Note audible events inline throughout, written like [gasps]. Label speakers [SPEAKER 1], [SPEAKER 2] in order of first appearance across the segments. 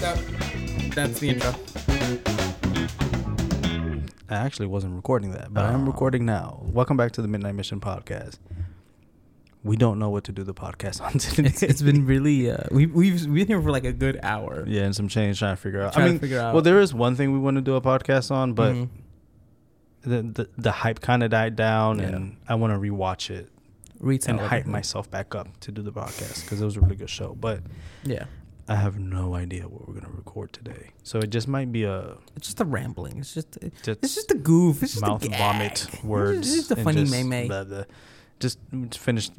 [SPEAKER 1] that, that's the intro.
[SPEAKER 2] I actually wasn't recording that, but
[SPEAKER 1] Oh.
[SPEAKER 2] I'm recording now. Welcome back to the Midnight Mission podcast. We don't know what to do the podcast on [laughs] today.
[SPEAKER 1] It's, it's been really uh, we we've we've been here for like a good hour.
[SPEAKER 2] yeah, and some change trying to figure out.
[SPEAKER 1] Trying
[SPEAKER 2] I
[SPEAKER 1] to
[SPEAKER 2] mean,
[SPEAKER 1] figure out.
[SPEAKER 2] well, there is one thing we want to do a podcast on, but
[SPEAKER 1] Mhm.
[SPEAKER 2] the, the the hype kind of died down,
[SPEAKER 1] Mm-hmm. Yeah.
[SPEAKER 2] and I want to rewatch it
[SPEAKER 1] Retail
[SPEAKER 2] and hype
[SPEAKER 1] everything.
[SPEAKER 2] myself back up to do the podcast because it was a really good show. But
[SPEAKER 1] Yeah,
[SPEAKER 2] I have no idea what we're gonna record today, so it just might be a
[SPEAKER 1] it's just the rambling. It's just
[SPEAKER 2] Just
[SPEAKER 1] it's just the goof. It's just
[SPEAKER 2] mouth
[SPEAKER 1] the gag. [laughs]
[SPEAKER 2] vomit
[SPEAKER 1] It's
[SPEAKER 2] words.
[SPEAKER 1] just- It's just the
[SPEAKER 2] and
[SPEAKER 1] funny
[SPEAKER 2] just
[SPEAKER 1] meme.
[SPEAKER 2] the- the- just to finish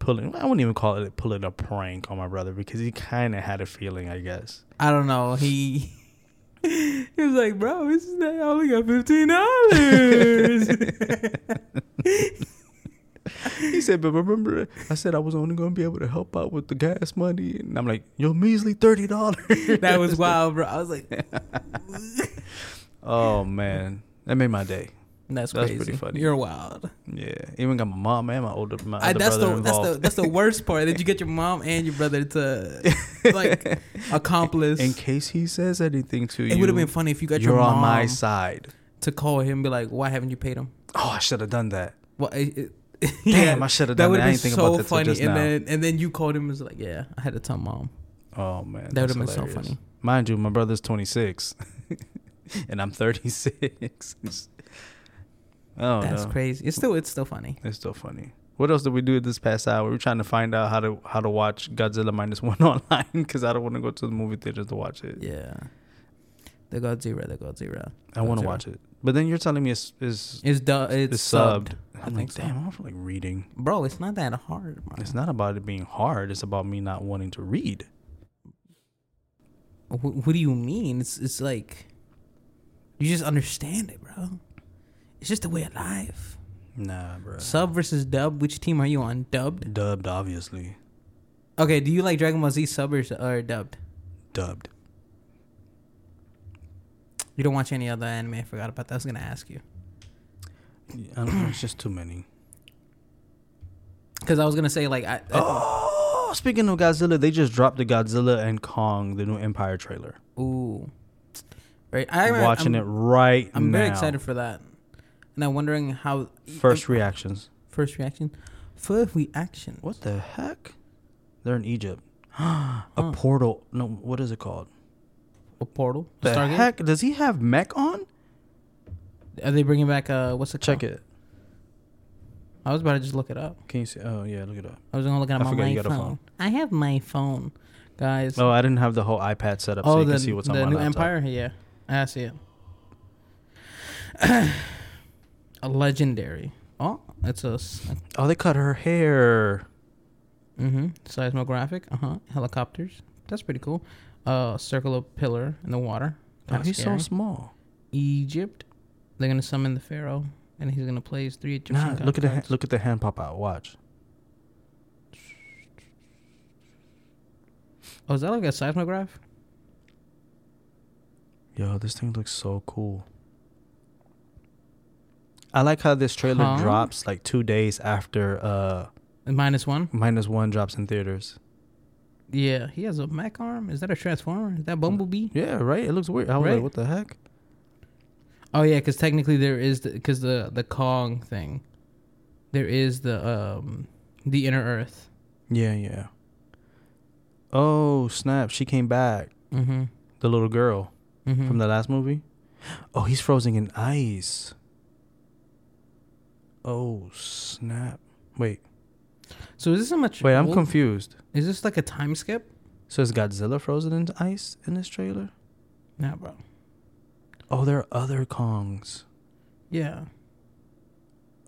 [SPEAKER 2] pulling. I wouldn't even call it pulling a prank on my brother because he kind of had a feeling, I guess.
[SPEAKER 1] I don't know. He [laughs] he was like, bro, this is not, I only got fifteen dollars. [laughs]
[SPEAKER 2] He said, "But remember, I said I was only gonna be able to help out with the gas money," and I'm like, "Yo, measly thirty dollars." [laughs]
[SPEAKER 1] that was wild, bro. I was like,
[SPEAKER 2] Oh man, that made my day.
[SPEAKER 1] that's
[SPEAKER 2] That's
[SPEAKER 1] crazy.
[SPEAKER 2] pretty funny.
[SPEAKER 1] You're wild.
[SPEAKER 2] Yeah, even got my mom and my older my
[SPEAKER 1] I,
[SPEAKER 2] other
[SPEAKER 1] that's the
[SPEAKER 2] brother involved.
[SPEAKER 1] that's the that's the worst part that you get your mom and your brother
[SPEAKER 2] [laughs]
[SPEAKER 1] to like accomplice.
[SPEAKER 2] In case he says anything to you,
[SPEAKER 1] it would have been funny if you got
[SPEAKER 2] you're
[SPEAKER 1] your mom
[SPEAKER 2] on my side.
[SPEAKER 1] to call him and be like, "Why haven't you paid him?"
[SPEAKER 2] Oh, I should have done that.
[SPEAKER 1] Well, it, [laughs] it,
[SPEAKER 2] Damn, I should've done
[SPEAKER 1] would've
[SPEAKER 2] that. I
[SPEAKER 1] been
[SPEAKER 2] didn't think about that till just
[SPEAKER 1] and
[SPEAKER 2] now.
[SPEAKER 1] then and then you called him and was like, "Yeah, I had to tell mom."
[SPEAKER 2] Oh man,
[SPEAKER 1] That
[SPEAKER 2] that's
[SPEAKER 1] would've been so
[SPEAKER 2] hilarious.
[SPEAKER 1] funny.
[SPEAKER 2] Mind you, my brother's 26, [laughs] and I'm 36. [laughs] oh,
[SPEAKER 1] that's
[SPEAKER 2] no.
[SPEAKER 1] crazy. It's still it's still funny.
[SPEAKER 2] It's still funny. What else did we do this past hour? We were trying to find out how to how to watch Godzilla minus one [laughs] online because I don't want to go to the movie theaters to watch it.
[SPEAKER 1] Yeah, the Godzilla, the Godzilla.
[SPEAKER 2] I want
[SPEAKER 1] Godzilla.
[SPEAKER 2] to watch it, but then you're telling me it's it's,
[SPEAKER 1] It's du- it's, subbed. I
[SPEAKER 2] I'm
[SPEAKER 1] think
[SPEAKER 2] like,
[SPEAKER 1] so.
[SPEAKER 2] damn, I'm like reading.
[SPEAKER 1] Bro, it's not that hard. Bro.
[SPEAKER 2] It's not about it being hard. It's about me not wanting to read.
[SPEAKER 1] Wh- what do you mean? It's it's like you just understand it, bro. It's just the way of life.
[SPEAKER 2] Nah, bro.
[SPEAKER 1] Sub versus dub. Which team are you on? Dubbed.
[SPEAKER 2] Dubbed, obviously.
[SPEAKER 1] Okay. Do you like Dragon Ball Z sub or, s- or dubbed?
[SPEAKER 2] Dubbed.
[SPEAKER 1] You don't watch any other anime. I forgot about that. I was gonna ask you
[SPEAKER 2] I don't know. It's just too many.
[SPEAKER 1] because I was gonna say like I, I-
[SPEAKER 2] Oh, speaking of Godzilla, they just dropped the Godzilla and Kong: The New Empire trailer.
[SPEAKER 1] ooh, right. I
[SPEAKER 2] I'm
[SPEAKER 1] remember-
[SPEAKER 2] Oh. watching
[SPEAKER 1] I'm,
[SPEAKER 2] it right
[SPEAKER 1] I'm
[SPEAKER 2] now.
[SPEAKER 1] very excited for that, and I'm wondering how
[SPEAKER 2] First reactions.
[SPEAKER 1] first reaction, first reaction.
[SPEAKER 2] What the heck? They're in Egypt. [gasps] A portal. No, what is it called?
[SPEAKER 1] A portal? A
[SPEAKER 2] The heck? Does he have mech on?
[SPEAKER 1] Are they bringing back uh? What's it?
[SPEAKER 2] Check
[SPEAKER 1] called?
[SPEAKER 2] it.
[SPEAKER 1] I was about to just look it up.
[SPEAKER 2] Can you see? Oh yeah, look it up.
[SPEAKER 1] I was gonna look at
[SPEAKER 2] I
[SPEAKER 1] it on
[SPEAKER 2] forgot
[SPEAKER 1] my
[SPEAKER 2] you
[SPEAKER 1] phone.
[SPEAKER 2] got a phone.
[SPEAKER 1] I have my phone, guys.
[SPEAKER 2] Oh, I didn't have the whole iPad set up so
[SPEAKER 1] Oh,
[SPEAKER 2] you
[SPEAKER 1] the,
[SPEAKER 2] can see what's on
[SPEAKER 1] the
[SPEAKER 2] my
[SPEAKER 1] new
[SPEAKER 2] laptop.
[SPEAKER 1] Empire. Yeah, I see it. [clears throat] a legendary. Oh, it's a, s-
[SPEAKER 2] Oh, they cut her hair.
[SPEAKER 1] Mm-hmm. Seismographic. Uh huh. Helicopters. That's pretty cool. Uh, circle of pillar in the water.
[SPEAKER 2] Oh,
[SPEAKER 1] Kinda
[SPEAKER 2] he's so
[SPEAKER 1] scary.
[SPEAKER 2] small.
[SPEAKER 1] Egypt. They're gonna summon the pharaoh, and he's gonna play his three Egyptian.
[SPEAKER 2] Nah, look at the
[SPEAKER 1] god
[SPEAKER 2] ha-
[SPEAKER 1] cards.
[SPEAKER 2] look at the hand pop out. Watch.
[SPEAKER 1] Oh, is that like a seismograph?
[SPEAKER 2] Yo, this thing looks so cool. I like how this trailer
[SPEAKER 1] Huh?
[SPEAKER 2] drops like two days after uh
[SPEAKER 1] And Minus one.
[SPEAKER 2] minus one drops in theaters.
[SPEAKER 1] Yeah, he has a mech arm. Is that a transformer? Is that Bumblebee?
[SPEAKER 2] Yeah, right. It looks weird. I was
[SPEAKER 1] Right.
[SPEAKER 2] like, what the heck?
[SPEAKER 1] Oh yeah, because technically there is because the, the Kong thing, there is the um the inner Earth.
[SPEAKER 2] Yeah, yeah. Oh snap! She came back.
[SPEAKER 1] Mm-hmm.
[SPEAKER 2] The little girl
[SPEAKER 1] mm-hmm.
[SPEAKER 2] from the last movie. Oh, he's frozen in ice. Oh snap! Wait,
[SPEAKER 1] so is this a much?
[SPEAKER 2] wait. I'm
[SPEAKER 1] old-
[SPEAKER 2] confused.
[SPEAKER 1] Is this like a time skip?
[SPEAKER 2] So is Godzilla frozen in ice in this trailer?
[SPEAKER 1] Nah, bro.
[SPEAKER 2] Oh, there are other Kongs.
[SPEAKER 1] Yeah.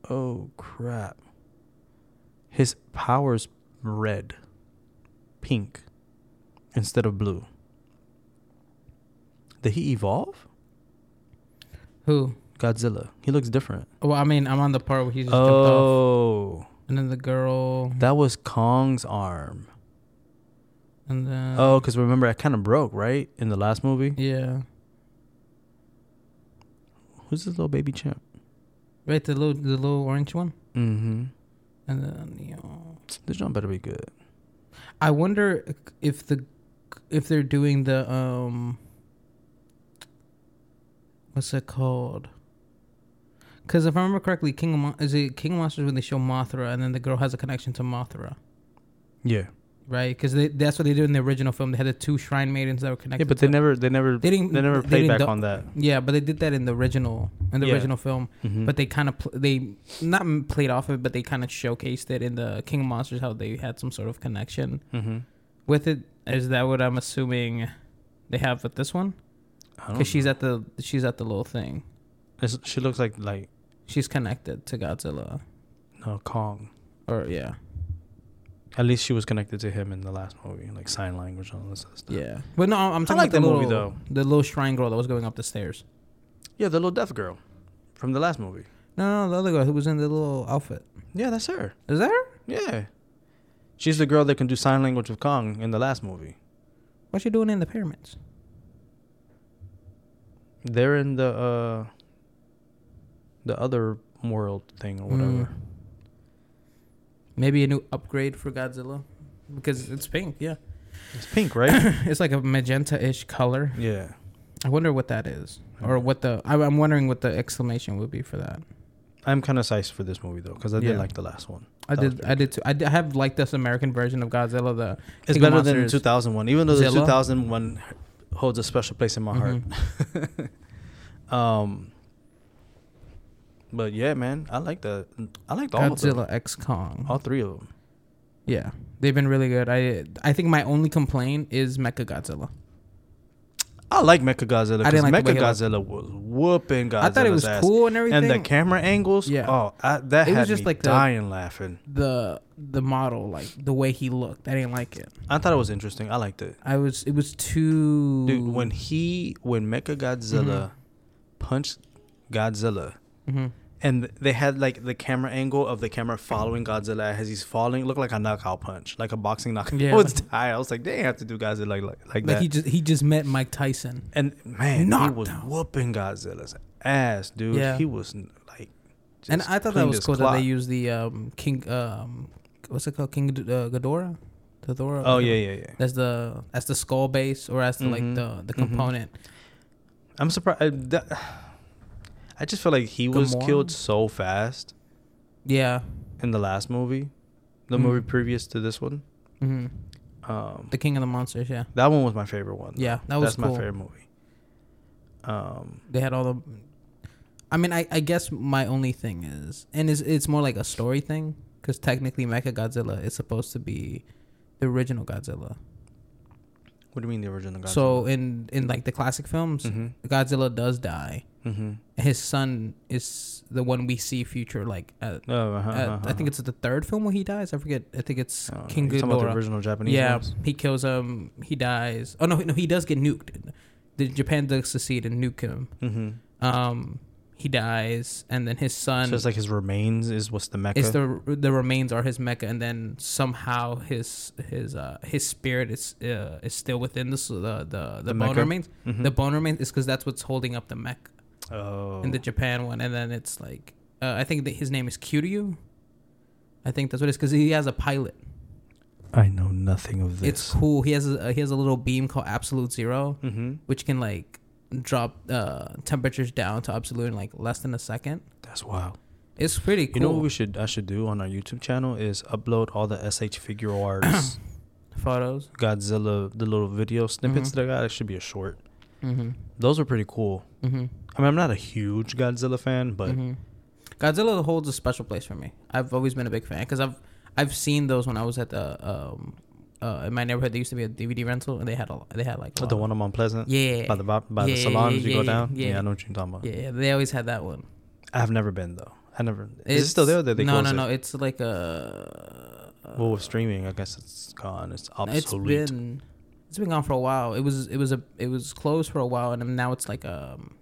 [SPEAKER 2] Oh crap. His powers red, pink, instead of blue. Did he evolve?
[SPEAKER 1] Who?
[SPEAKER 2] Godzilla. He looks different.
[SPEAKER 1] Well, I mean, I'm on the part where he just jumped off,
[SPEAKER 2] Oh,
[SPEAKER 1] and then the girl,
[SPEAKER 2] that was Kong's arm.
[SPEAKER 1] and then
[SPEAKER 2] Oh, because remember, I kind of broke right in the last movie.
[SPEAKER 1] Uh-huh. yeah,
[SPEAKER 2] Who's this little baby chimp?
[SPEAKER 1] right, the little the little orange one,
[SPEAKER 2] Mm-hmm.
[SPEAKER 1] and then you know,
[SPEAKER 2] This jump better be good.
[SPEAKER 1] I wonder if the if they're doing the um what's it called? Because if I remember correctly, King of Mon- is it King of Monsters when they show Mothra and then the girl has a connection to Mothra,
[SPEAKER 2] Yeah.
[SPEAKER 1] right? Because that's what they did in the original film. They had the two shrine maidens that were connected.
[SPEAKER 2] Yeah, but they
[SPEAKER 1] to-
[SPEAKER 2] never, they never,
[SPEAKER 1] They
[SPEAKER 2] they,
[SPEAKER 1] didn't-
[SPEAKER 2] never
[SPEAKER 1] they
[SPEAKER 2] played
[SPEAKER 1] didn't
[SPEAKER 2] back
[SPEAKER 1] do-
[SPEAKER 2] on that.
[SPEAKER 1] yeah, but they did that in the original in the
[SPEAKER 2] Yeah.
[SPEAKER 1] original film.
[SPEAKER 2] Mhm.
[SPEAKER 1] But they kind of pl- they not m- played off of it, but they kind of showcased it in the King of Monsters how they had some sort of connection
[SPEAKER 2] Mhm.
[SPEAKER 1] with it. Is that what I'm assuming they have with this one?
[SPEAKER 2] I don't
[SPEAKER 1] Because she's
[SPEAKER 2] know.
[SPEAKER 1] at the she's at the little thing.
[SPEAKER 2] It's- she looks like like
[SPEAKER 1] She's connected to Godzilla,
[SPEAKER 2] no Kong.
[SPEAKER 1] or yeah,
[SPEAKER 2] At least she was connected to him in the last movie, like sign language and all this other stuff.
[SPEAKER 1] yeah. But no, I'm I'm talking
[SPEAKER 2] like
[SPEAKER 1] about the,
[SPEAKER 2] the
[SPEAKER 1] little,
[SPEAKER 2] movie,
[SPEAKER 1] The little shrine girl that was going up the stairs.
[SPEAKER 2] yeah, the little deaf girl from the last movie.
[SPEAKER 1] No, no, the other girl who was in the little outfit.
[SPEAKER 2] Yeah, that's her.
[SPEAKER 1] Is that her?
[SPEAKER 2] Yeah, she's the girl that can do sign language with Kong in the last movie.
[SPEAKER 1] What's she doing in the pyramids?
[SPEAKER 2] They're in the uh the other world thing or Oh, whatever.
[SPEAKER 1] Mm. Maybe a new upgrade for Godzilla, because it's pink. Yeah,
[SPEAKER 2] It's pink, right? [coughs]
[SPEAKER 1] it's like a magenta-ish color.
[SPEAKER 2] yeah.
[SPEAKER 1] I wonder what that is, or what the I, I'm wondering what the exclamation would be for that.
[SPEAKER 2] I'm kind of psyched for this movie though, because I
[SPEAKER 1] Yeah.
[SPEAKER 2] did like the last one.
[SPEAKER 1] I
[SPEAKER 2] That was
[SPEAKER 1] did,
[SPEAKER 2] pretty
[SPEAKER 1] I did too. I, did, I have like this American version of Godzilla. The
[SPEAKER 2] It's
[SPEAKER 1] King of
[SPEAKER 2] better than the
[SPEAKER 1] Monsters.
[SPEAKER 2] 2001, even though the
[SPEAKER 1] Zilla?
[SPEAKER 2] 2001 holds a special place in my
[SPEAKER 1] Mm-hmm.
[SPEAKER 2] heart. um, but yeah, man, I like the I liked all of them,
[SPEAKER 1] Godzilla X Kong.
[SPEAKER 2] all three of them.
[SPEAKER 1] Yeah, they've been really good. I I think my only complaint is Mecha Godzilla.
[SPEAKER 2] I like Mechagodzilla
[SPEAKER 1] I
[SPEAKER 2] because
[SPEAKER 1] didn't like the way he looked.
[SPEAKER 2] Mechagodzilla was whooping Godzilla's
[SPEAKER 1] I thought it was
[SPEAKER 2] ass.
[SPEAKER 1] cool and everything.
[SPEAKER 2] and the camera angles.
[SPEAKER 1] Yeah.
[SPEAKER 2] oh, I, that
[SPEAKER 1] It was
[SPEAKER 2] had
[SPEAKER 1] just
[SPEAKER 2] me
[SPEAKER 1] like the-
[SPEAKER 2] dying laughing.
[SPEAKER 1] the the model, like the way he looked, I didn't like it.
[SPEAKER 2] I thought it was interesting. I liked it,
[SPEAKER 1] I was it was too
[SPEAKER 2] dude. When he when Mechagodzilla
[SPEAKER 1] Mm-hmm.
[SPEAKER 2] punched Godzilla,
[SPEAKER 1] Mhm.
[SPEAKER 2] and they had like the camera angle of the camera following Godzilla as he's falling. It looked like a knockout punch, like a boxing knockout. [laughs]
[SPEAKER 1] Yeah.
[SPEAKER 2] Yeah. I was tired. I was like, they ain't have to do Godzilla like like, like
[SPEAKER 1] like
[SPEAKER 2] that.
[SPEAKER 1] he just he just met Mike Tyson.
[SPEAKER 2] and man, he was
[SPEAKER 1] Knockdown.
[SPEAKER 2] whooping Godzilla's ass, dude.
[SPEAKER 1] Yeah.
[SPEAKER 2] He was like,
[SPEAKER 1] And
[SPEAKER 2] just
[SPEAKER 1] I thought that
[SPEAKER 2] cleaned
[SPEAKER 1] was
[SPEAKER 2] his
[SPEAKER 1] cool
[SPEAKER 2] clock.
[SPEAKER 1] that they used the um King um what's it called King D- uh, Ghidorah, Ghidorah.
[SPEAKER 2] Oh yeah, yeah, yeah.
[SPEAKER 1] That's the that's the skull base or as the like
[SPEAKER 2] Mhm.
[SPEAKER 1] the the
[SPEAKER 2] Mhm.
[SPEAKER 1] component.
[SPEAKER 2] I'm surprised. I, that, [sighs] I just feel like he was
[SPEAKER 1] Gamora?
[SPEAKER 2] killed so fast
[SPEAKER 1] Yeah.
[SPEAKER 2] in the last movie, the
[SPEAKER 1] Mm.
[SPEAKER 2] movie previous to this one. Mm-hmm.
[SPEAKER 1] hmm
[SPEAKER 2] Um,
[SPEAKER 1] The King of the Monsters. Yeah.
[SPEAKER 2] that one was my favorite one. though.
[SPEAKER 1] Yeah, that was
[SPEAKER 2] That's my
[SPEAKER 1] cool.
[SPEAKER 2] favorite movie. Um,
[SPEAKER 1] they had all the i mean i, I guess my only thing is and it's, it's more like a story thing because technically mecha godzilla is supposed to be the original godzilla
[SPEAKER 2] what do you mean the original Godzilla?
[SPEAKER 1] so in in like the classic films
[SPEAKER 2] Mhm.
[SPEAKER 1] godzilla does die
[SPEAKER 2] Mm-hmm.
[SPEAKER 1] his son is the one we see future like uh,
[SPEAKER 2] Oh, uh-huh,
[SPEAKER 1] uh, i
[SPEAKER 2] uh-huh.
[SPEAKER 1] think it's the third film where he dies i forget i think it's
[SPEAKER 2] Oh,
[SPEAKER 1] king
[SPEAKER 2] you talking about the
[SPEAKER 1] Ghidorah.
[SPEAKER 2] original Japanese
[SPEAKER 1] yeah
[SPEAKER 2] ones?
[SPEAKER 1] he kills him he dies oh no no he does get nuked the, japan does succeed and nuke him
[SPEAKER 2] Mm-hmm.
[SPEAKER 1] um he dies and then his son
[SPEAKER 2] So it's like his remains is what's the mecha.
[SPEAKER 1] it's the the remains are his mecha and then somehow his his uh his spirit is uh, is still within the s- the the, the,
[SPEAKER 2] The
[SPEAKER 1] bone
[SPEAKER 2] mecha?
[SPEAKER 1] remains
[SPEAKER 2] Mhm.
[SPEAKER 1] the bone remains is because that's what's holding up the mech
[SPEAKER 2] oh.
[SPEAKER 1] in the japan one and then it's like uh, i think that his name is Kiryu. i think that's what it is because he has a pilot
[SPEAKER 2] I know nothing of this.
[SPEAKER 1] it's cool he has a he has a little beam called absolute 0
[SPEAKER 2] Mm-hmm.
[SPEAKER 1] which can like drop uh temperatures down to absolute in like less than a second
[SPEAKER 2] That's wild.
[SPEAKER 1] it's pretty cool
[SPEAKER 2] You know what we should I should do on our YouTube channel is upload all the SH
[SPEAKER 1] [clears throat]
[SPEAKER 2] figure arts,
[SPEAKER 1] photos
[SPEAKER 2] Godzilla, the little video snippets that I got. It should be a short.
[SPEAKER 1] mm-hmm
[SPEAKER 2] Those are pretty cool.
[SPEAKER 1] mm-hmm
[SPEAKER 2] I mean, I'm not a huge Godzilla fan, but
[SPEAKER 1] Mhm. Godzilla holds a special place for me. I've always been a big fan because I've I've seen those when I was at the um uh in my neighborhood. There used to be a DVD rental and they had a they had like a
[SPEAKER 2] Oh, the
[SPEAKER 1] lot
[SPEAKER 2] one I'm on Pleasant,
[SPEAKER 1] of- Mm-hmm. yeah
[SPEAKER 2] by the vi- by the
[SPEAKER 1] Yeah,
[SPEAKER 2] salon
[SPEAKER 1] yeah,
[SPEAKER 2] as you
[SPEAKER 1] yeah,
[SPEAKER 2] go
[SPEAKER 1] yeah,
[SPEAKER 2] down.
[SPEAKER 1] yeah.
[SPEAKER 2] Yeah, I know what you're talking about.
[SPEAKER 1] yeah yeah, they always had that one.
[SPEAKER 2] I've never been though. I never. Is it still there? That they
[SPEAKER 1] no
[SPEAKER 2] closed
[SPEAKER 1] no
[SPEAKER 2] it?
[SPEAKER 1] no. It's like a uh,
[SPEAKER 2] Well, with streaming, I guess it's gone. It's
[SPEAKER 1] it's
[SPEAKER 2] obsolete.
[SPEAKER 1] been it's been gone for a while. It was it was a it was closed for a while and now it's like um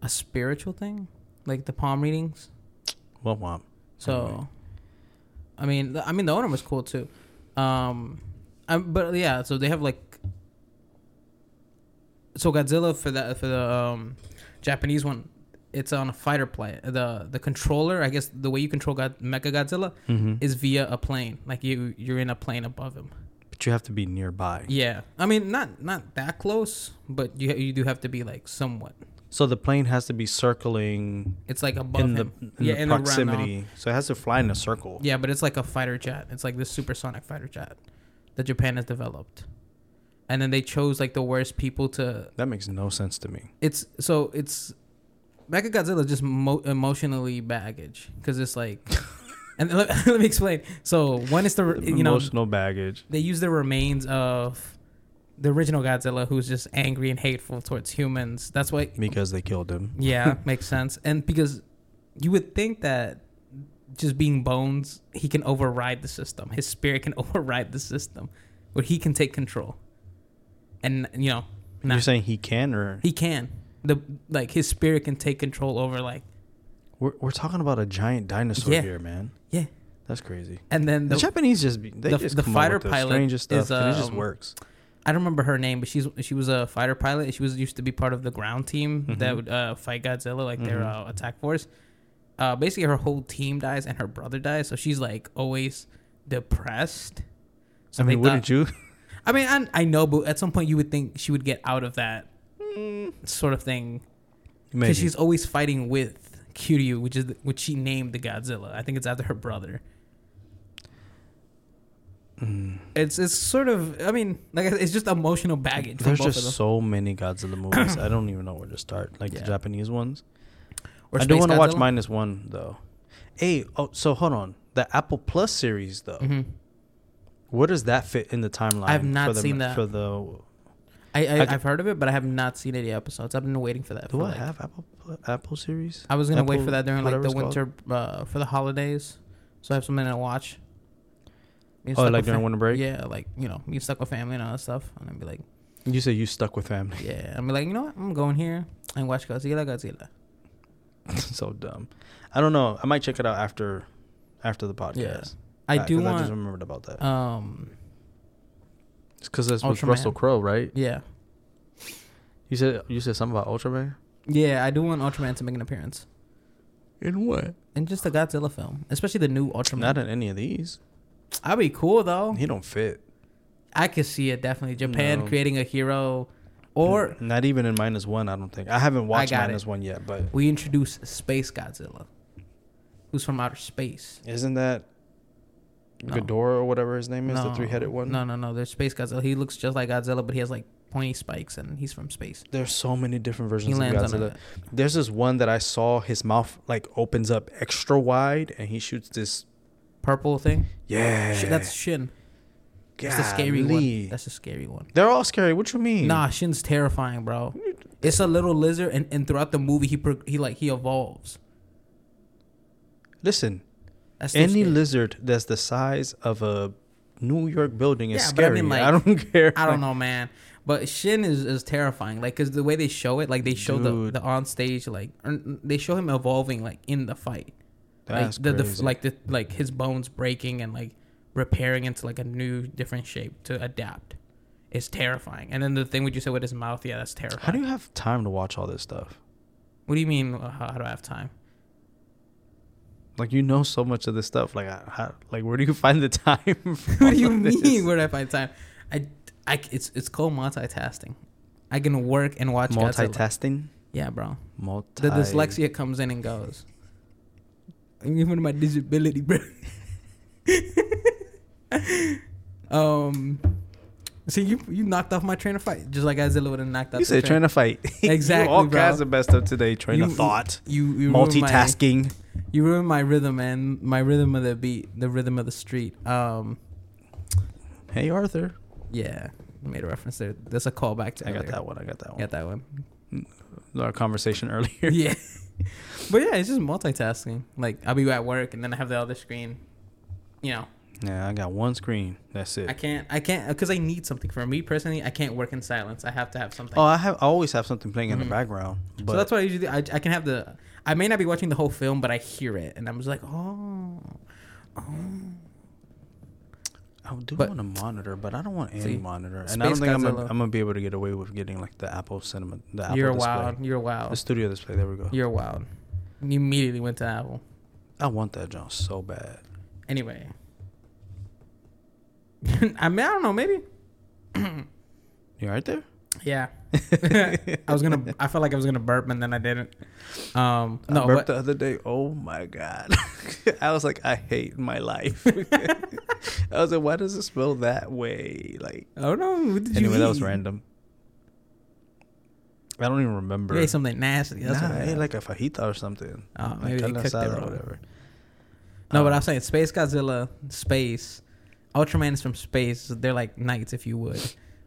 [SPEAKER 1] a spiritual thing like the palm readings.
[SPEAKER 2] Womp womp.
[SPEAKER 1] So, I mean, th- I mean, the owner was cool too. Um, I, but yeah, so they have like, so Godzilla for that for the um, Japanese one, it's on a fighter plane. The the controller, I guess, the way you control God, Mecha Godzilla
[SPEAKER 2] Mhm.
[SPEAKER 1] is via a plane. Like you you're in a plane above him.
[SPEAKER 2] but you have to be nearby.
[SPEAKER 1] Yeah, I mean, not not that close, but you you do have to be like somewhat.
[SPEAKER 2] So the plane has to be circling
[SPEAKER 1] It's like above
[SPEAKER 2] in the,
[SPEAKER 1] him.
[SPEAKER 2] in
[SPEAKER 1] yeah,
[SPEAKER 2] the
[SPEAKER 1] in around
[SPEAKER 2] proximity. so it has to fly in a circle.
[SPEAKER 1] Yeah, but it's like a fighter jet. It's like this supersonic fighter jet that Japan has developed. And then they chose like the worst people to
[SPEAKER 2] That makes no sense to me.
[SPEAKER 1] it's so it's Mechagodzilla is just mo- emotionally baggage cuz it's like and let, [laughs] let me explain. So one is the you know
[SPEAKER 2] Emotional baggage.
[SPEAKER 1] they use the remains of the original Godzilla who's just angry and hateful towards humans. That's why
[SPEAKER 2] Because they killed him. [laughs]
[SPEAKER 1] yeah, makes sense. And because you would think that just being bones, he can override the system. His spirit can [laughs] override the system, where he can take control. And you know, nah,
[SPEAKER 2] You're saying he can or
[SPEAKER 1] he can. The like his spirit can take control over like
[SPEAKER 2] we're, we're talking about a giant dinosaur
[SPEAKER 1] Yeah.
[SPEAKER 2] here, man.
[SPEAKER 1] yeah.
[SPEAKER 2] That's crazy.
[SPEAKER 1] And then
[SPEAKER 2] The,
[SPEAKER 1] the,
[SPEAKER 2] Japanese just be they
[SPEAKER 1] the-
[SPEAKER 2] just
[SPEAKER 1] the
[SPEAKER 2] come up
[SPEAKER 1] fighter
[SPEAKER 2] with the
[SPEAKER 1] pilot
[SPEAKER 2] strangest
[SPEAKER 1] is,
[SPEAKER 2] stuff. and it just
[SPEAKER 1] um,
[SPEAKER 2] works.
[SPEAKER 1] I don't remember her name, but she's she was a fighter pilot. She was used to be part of the ground team
[SPEAKER 2] Mm-hmm.
[SPEAKER 1] that would uh, fight Godzilla, like their uh, attack force. Uh, basically, her whole team dies and her brother dies, so she's like always depressed. So
[SPEAKER 2] I
[SPEAKER 1] they
[SPEAKER 2] mean, wouldn't
[SPEAKER 1] thought- [laughs]
[SPEAKER 2] you?
[SPEAKER 1] I mean, I, I know, but at some point you would think she would get out of that sort of thing
[SPEAKER 2] Maybe.
[SPEAKER 1] because she's always fighting with Kiryu, which is the, which she named the Godzilla. I think it's after her brother.
[SPEAKER 2] Mm.
[SPEAKER 1] It's it's sort of I mean like I said, it's just emotional baggage. from
[SPEAKER 2] There's
[SPEAKER 1] both of
[SPEAKER 2] just
[SPEAKER 1] them.
[SPEAKER 2] so many
[SPEAKER 1] [coughs]
[SPEAKER 2] Godzilla movies. I don't even know where to start. Like
[SPEAKER 1] Yeah.
[SPEAKER 2] the Japanese ones.
[SPEAKER 1] Or
[SPEAKER 2] I do
[SPEAKER 1] Space
[SPEAKER 2] want to watch
[SPEAKER 1] Godzilla?
[SPEAKER 2] minus one though. Hey, oh, so hold on. The Apple Plus series though.
[SPEAKER 1] Mm-hmm.
[SPEAKER 2] Where does that fit in the timeline?
[SPEAKER 1] I've not
[SPEAKER 2] for the,
[SPEAKER 1] seen that.
[SPEAKER 2] For the
[SPEAKER 1] I, I,
[SPEAKER 2] I d-
[SPEAKER 1] I've heard of it, but I have not seen any episodes. I've been waiting for that.
[SPEAKER 2] do
[SPEAKER 1] for
[SPEAKER 2] I
[SPEAKER 1] like-
[SPEAKER 2] have Apple Pl- Apple series?
[SPEAKER 1] I was gonna wait
[SPEAKER 2] Apple-
[SPEAKER 1] for that during like
[SPEAKER 2] whatever
[SPEAKER 1] the
[SPEAKER 2] it's called?
[SPEAKER 1] winter uh, for the holidays, so I have something to watch. Me
[SPEAKER 2] Oh,
[SPEAKER 1] stuck
[SPEAKER 2] like
[SPEAKER 1] with
[SPEAKER 2] during winter break?
[SPEAKER 1] Yeah, like you know, me stuck with family and all that stuff, and I'd be like,
[SPEAKER 2] You say you stuck with family. [laughs]
[SPEAKER 1] yeah, I'm like, you know what, I'm going here and watch Godzilla, Godzilla.
[SPEAKER 2] so dumb. I don't know. I might check it out after after the podcast.
[SPEAKER 1] Yeah. I
[SPEAKER 2] Uh,
[SPEAKER 1] do
[SPEAKER 2] 'cause I just
[SPEAKER 1] want,
[SPEAKER 2] remembered about that.
[SPEAKER 1] um,
[SPEAKER 2] it's because that's with
[SPEAKER 1] Ultraman.
[SPEAKER 2] Russell Crowe, right?
[SPEAKER 1] yeah,
[SPEAKER 2] You said you said something about Ultraman.
[SPEAKER 1] yeah, I do want Ultraman to make an appearance
[SPEAKER 2] In what?
[SPEAKER 1] in just a Godzilla film, especially the new Ultraman. Oh.
[SPEAKER 2] Not in any of these.
[SPEAKER 1] That'd be cool though.
[SPEAKER 2] He don't fit.
[SPEAKER 1] I could see it definitely. Japan
[SPEAKER 2] No.
[SPEAKER 1] creating a hero, or
[SPEAKER 2] Not even in minus one. I don't think. I haven't watched
[SPEAKER 1] got
[SPEAKER 2] minus
[SPEAKER 1] it.
[SPEAKER 2] one yet, but
[SPEAKER 1] we introduce Space Godzilla, who's from outer space.
[SPEAKER 2] Isn't that
[SPEAKER 1] No.
[SPEAKER 2] Ghidorah or whatever his name is, the three-headed one?
[SPEAKER 1] No, no, no. There's Space Godzilla. He looks just like Godzilla, but he has like pointy spikes, and he's from space.
[SPEAKER 2] There's so many different versions
[SPEAKER 1] He
[SPEAKER 2] of
[SPEAKER 1] lands on
[SPEAKER 2] Godzilla.
[SPEAKER 1] it.
[SPEAKER 2] There's this one that I saw. His mouth like opens up extra wide, and he shoots this.
[SPEAKER 1] Purple thing.
[SPEAKER 2] Yeah,
[SPEAKER 1] Sh- that's Shin. That's the scary
[SPEAKER 2] Golly.
[SPEAKER 1] one. That's the scary one.
[SPEAKER 2] They're all scary. What you mean?
[SPEAKER 1] Nah, Shin's terrifying, bro. It's a little lizard, and, and throughout the movie, he pro- he like he evolves.
[SPEAKER 2] Listen,
[SPEAKER 1] That's so
[SPEAKER 2] any
[SPEAKER 1] scary.
[SPEAKER 2] lizard that's the size of a New York building is
[SPEAKER 1] Yeah, but I
[SPEAKER 2] scary. I,
[SPEAKER 1] mean, like,
[SPEAKER 2] don't care.
[SPEAKER 1] I
[SPEAKER 2] [laughs]
[SPEAKER 1] don't know, man. But Shin is, is terrifying, like, cause the way they show it, like they show
[SPEAKER 2] Dude.
[SPEAKER 1] the the on stage, like er, they show him evolving, like in the fight,
[SPEAKER 2] That's
[SPEAKER 1] like the, the
[SPEAKER 2] crazy.
[SPEAKER 1] like the like his bones breaking and like repairing into like a new different shape to adapt. It's terrifying. And then the thing what you said with his mouth, yeah, that's terrifying.
[SPEAKER 2] How do you have time to watch all this stuff?
[SPEAKER 1] what do you mean? uh, How, how do I have time?
[SPEAKER 2] Like you know so much of this stuff. Like, I, how, like where do you [laughs] find the time? [laughs] for
[SPEAKER 1] [laughs] what do you [laughs]
[SPEAKER 2] all of this?
[SPEAKER 1] mean? Where do I find time? I, I it's it's called multitasking. I can work and watch Godzilla.
[SPEAKER 2] Multitasking.
[SPEAKER 1] Yeah, bro.
[SPEAKER 2] Multi.
[SPEAKER 1] The dyslexia comes in and goes. I'm giving my disability, bro. [laughs] um, see, you you knocked off my train of fight, just like Godzilla would have knocked out.
[SPEAKER 2] You
[SPEAKER 1] the
[SPEAKER 2] said train of fight. [laughs] You
[SPEAKER 1] Exactly,
[SPEAKER 2] all
[SPEAKER 1] bro.
[SPEAKER 2] kinds of messed up today. Train
[SPEAKER 1] You-
[SPEAKER 2] of thought.
[SPEAKER 1] You, you ruined my-
[SPEAKER 2] multitasking.
[SPEAKER 1] you ruined my rhythm, man. My rhythm of the beat, the rhythm of the street. Um,
[SPEAKER 2] Hey Arthur.
[SPEAKER 1] yeah, I made a reference there. That's a callback to.
[SPEAKER 2] I got
[SPEAKER 1] earlier.
[SPEAKER 2] that one. I got that
[SPEAKER 1] You
[SPEAKER 2] one.
[SPEAKER 1] Got that one.
[SPEAKER 2] Our conversation [laughs] earlier.
[SPEAKER 1] [laughs] yeah. But yeah, it's just multitasking. Like I'll be at work and then I have the other screen. You know,
[SPEAKER 2] Yeah, I got one screen. That's
[SPEAKER 1] I
[SPEAKER 2] it.
[SPEAKER 1] can't, I can't, because I need something. For me personally, I can't work in silence. I have to have something.
[SPEAKER 2] Oh, I have. I always have something playing in the background. But
[SPEAKER 1] so that's what I usually do. I, I can have the, I may not be watching the whole film, but I hear it. And I'm just like, oh.
[SPEAKER 2] I do
[SPEAKER 1] but-
[SPEAKER 2] want a monitor, but I don't want any
[SPEAKER 1] See,
[SPEAKER 2] monitor. And I don't
[SPEAKER 1] Space
[SPEAKER 2] think I'm gonna,
[SPEAKER 1] Godzilla.
[SPEAKER 2] I'm gonna be able to get away with getting like the Apple Cinema. The Apple
[SPEAKER 1] you're
[SPEAKER 2] display.
[SPEAKER 1] wild. You're
[SPEAKER 2] The
[SPEAKER 1] wild.
[SPEAKER 2] studio display. There we go.
[SPEAKER 1] You're wild. And You immediately went to Apple.
[SPEAKER 2] I want that John so bad.
[SPEAKER 1] Anyway. [laughs] I mean, I don't know. Maybe. [clears throat]
[SPEAKER 2] You right there?
[SPEAKER 1] Yeah. [laughs] I was gonna. I felt like I was gonna burp, and then I didn't. Um, no,
[SPEAKER 2] I
[SPEAKER 1] but
[SPEAKER 2] burped the other day. Oh my god! [laughs] I was like, I hate my [laughs]
[SPEAKER 1] [laughs]
[SPEAKER 2] life. I was like, why does it smell that way? Like
[SPEAKER 1] oh no! What did you
[SPEAKER 2] anyway, that was
[SPEAKER 1] eat?
[SPEAKER 2] random. I don't even remember.
[SPEAKER 1] You ate something nasty. That's
[SPEAKER 2] nah,
[SPEAKER 1] what
[SPEAKER 2] I
[SPEAKER 1] it
[SPEAKER 2] ate
[SPEAKER 1] was.
[SPEAKER 2] like a fajita or something.
[SPEAKER 1] Oh,
[SPEAKER 2] Like
[SPEAKER 1] maybe they
[SPEAKER 2] carne
[SPEAKER 1] cooked it
[SPEAKER 2] asada or
[SPEAKER 1] wrong.
[SPEAKER 2] whatever.
[SPEAKER 1] no, but
[SPEAKER 2] um,
[SPEAKER 1] I'm saying Space Godzilla, space, Ultraman is from space. They're like knights, if you would.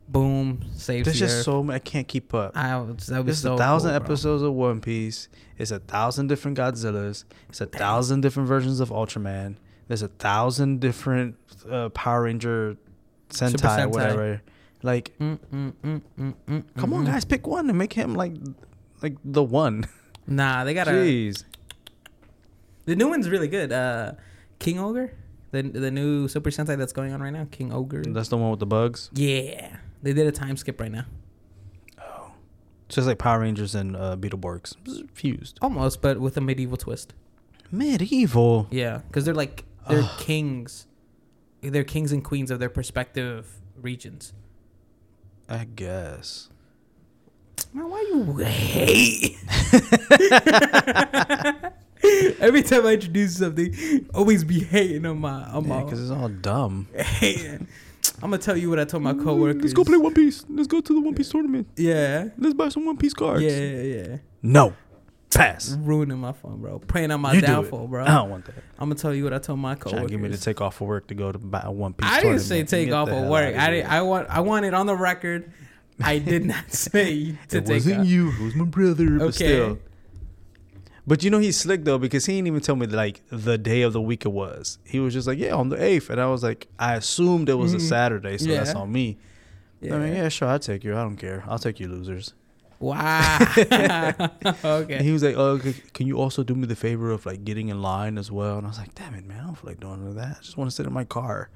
[SPEAKER 1] Boom, saves
[SPEAKER 2] There's
[SPEAKER 1] the
[SPEAKER 2] just
[SPEAKER 1] Earth.
[SPEAKER 2] so many. I can't keep up.
[SPEAKER 1] I would, that would be
[SPEAKER 2] There's
[SPEAKER 1] so
[SPEAKER 2] a thousand
[SPEAKER 1] cool, bro.
[SPEAKER 2] episodes of One Piece. It's a thousand different Godzillas. It's a thousand different versions of Ultraman. There's a thousand different uh, Power Ranger, Sentai,
[SPEAKER 1] Super Sentai.
[SPEAKER 2] whatever. Like,
[SPEAKER 1] Mm, mm, mm, mm, mm,
[SPEAKER 2] come on,
[SPEAKER 1] mm.
[SPEAKER 2] guys, pick one and make him like, like the one. [laughs]
[SPEAKER 1] Nah, they gotta.
[SPEAKER 2] Jeez,
[SPEAKER 1] The new one's really good. Uh, King Ogre, the the new Super Sentai that's going on right now. King Ogre.
[SPEAKER 2] that's the one with the bugs.
[SPEAKER 1] yeah, they did a time skip right now.
[SPEAKER 2] Oh, just like Power Rangers and uh, Beetleborgs Bzz, fused.
[SPEAKER 1] Almost, but with a medieval twist.
[SPEAKER 2] Medieval.
[SPEAKER 1] Yeah, because they're like they're kings, they're kings and queens of their respective regions.
[SPEAKER 2] I guess.
[SPEAKER 1] Man, why you hate? [laughs] Every time I introduce something, always be hating on my on
[SPEAKER 2] Yeah,
[SPEAKER 1] my
[SPEAKER 2] because it's all dumb.
[SPEAKER 1] hating. I'm gonna tell you what I told my coworkers.
[SPEAKER 2] Mm, Let's go play One Piece. Let's go to the One Piece tournament.
[SPEAKER 1] Yeah,
[SPEAKER 2] Let's buy some One Piece
[SPEAKER 1] yeah,
[SPEAKER 2] cards.
[SPEAKER 1] yeah, yeah.
[SPEAKER 2] No. Pass.
[SPEAKER 1] Ruining my phone, bro. Praying on my
[SPEAKER 2] You do it.
[SPEAKER 1] downfall, bro.
[SPEAKER 2] I don't want that.
[SPEAKER 1] I'm gonna tell you what I told my
[SPEAKER 2] Trying
[SPEAKER 1] coworkers.
[SPEAKER 2] to get me to take off of work to go to buy a one piece.
[SPEAKER 1] I didn't say
[SPEAKER 2] tournament.
[SPEAKER 1] take
[SPEAKER 2] Get
[SPEAKER 1] off
[SPEAKER 2] the
[SPEAKER 1] of
[SPEAKER 2] hell
[SPEAKER 1] work.
[SPEAKER 2] outta
[SPEAKER 1] I
[SPEAKER 2] here.
[SPEAKER 1] didn't, I want I want it on the record. I did not [laughs] say to
[SPEAKER 2] it
[SPEAKER 1] take
[SPEAKER 2] wasn't
[SPEAKER 1] off.
[SPEAKER 2] you. It was my brother. But
[SPEAKER 1] Okay.
[SPEAKER 2] still. But you know he's slick though because he didn't even tell me like the day of the week it was. He was just like, yeah, on the eighth, and I was like, I assumed it was a
[SPEAKER 1] Mhm.
[SPEAKER 2] Saturday, so that's
[SPEAKER 1] Yeah.
[SPEAKER 2] on me.
[SPEAKER 1] Yeah.
[SPEAKER 2] I mean, yeah, sure, I'll take you. I don't care. I'll take you losers.
[SPEAKER 1] Wow.
[SPEAKER 2] [laughs]
[SPEAKER 1] [laughs] okay.
[SPEAKER 2] And he was like, oh, c- can you also do me the favor of like getting in line as well? And I was like, damn it, man, I don't feel like doing none of that. I just want to sit in my car.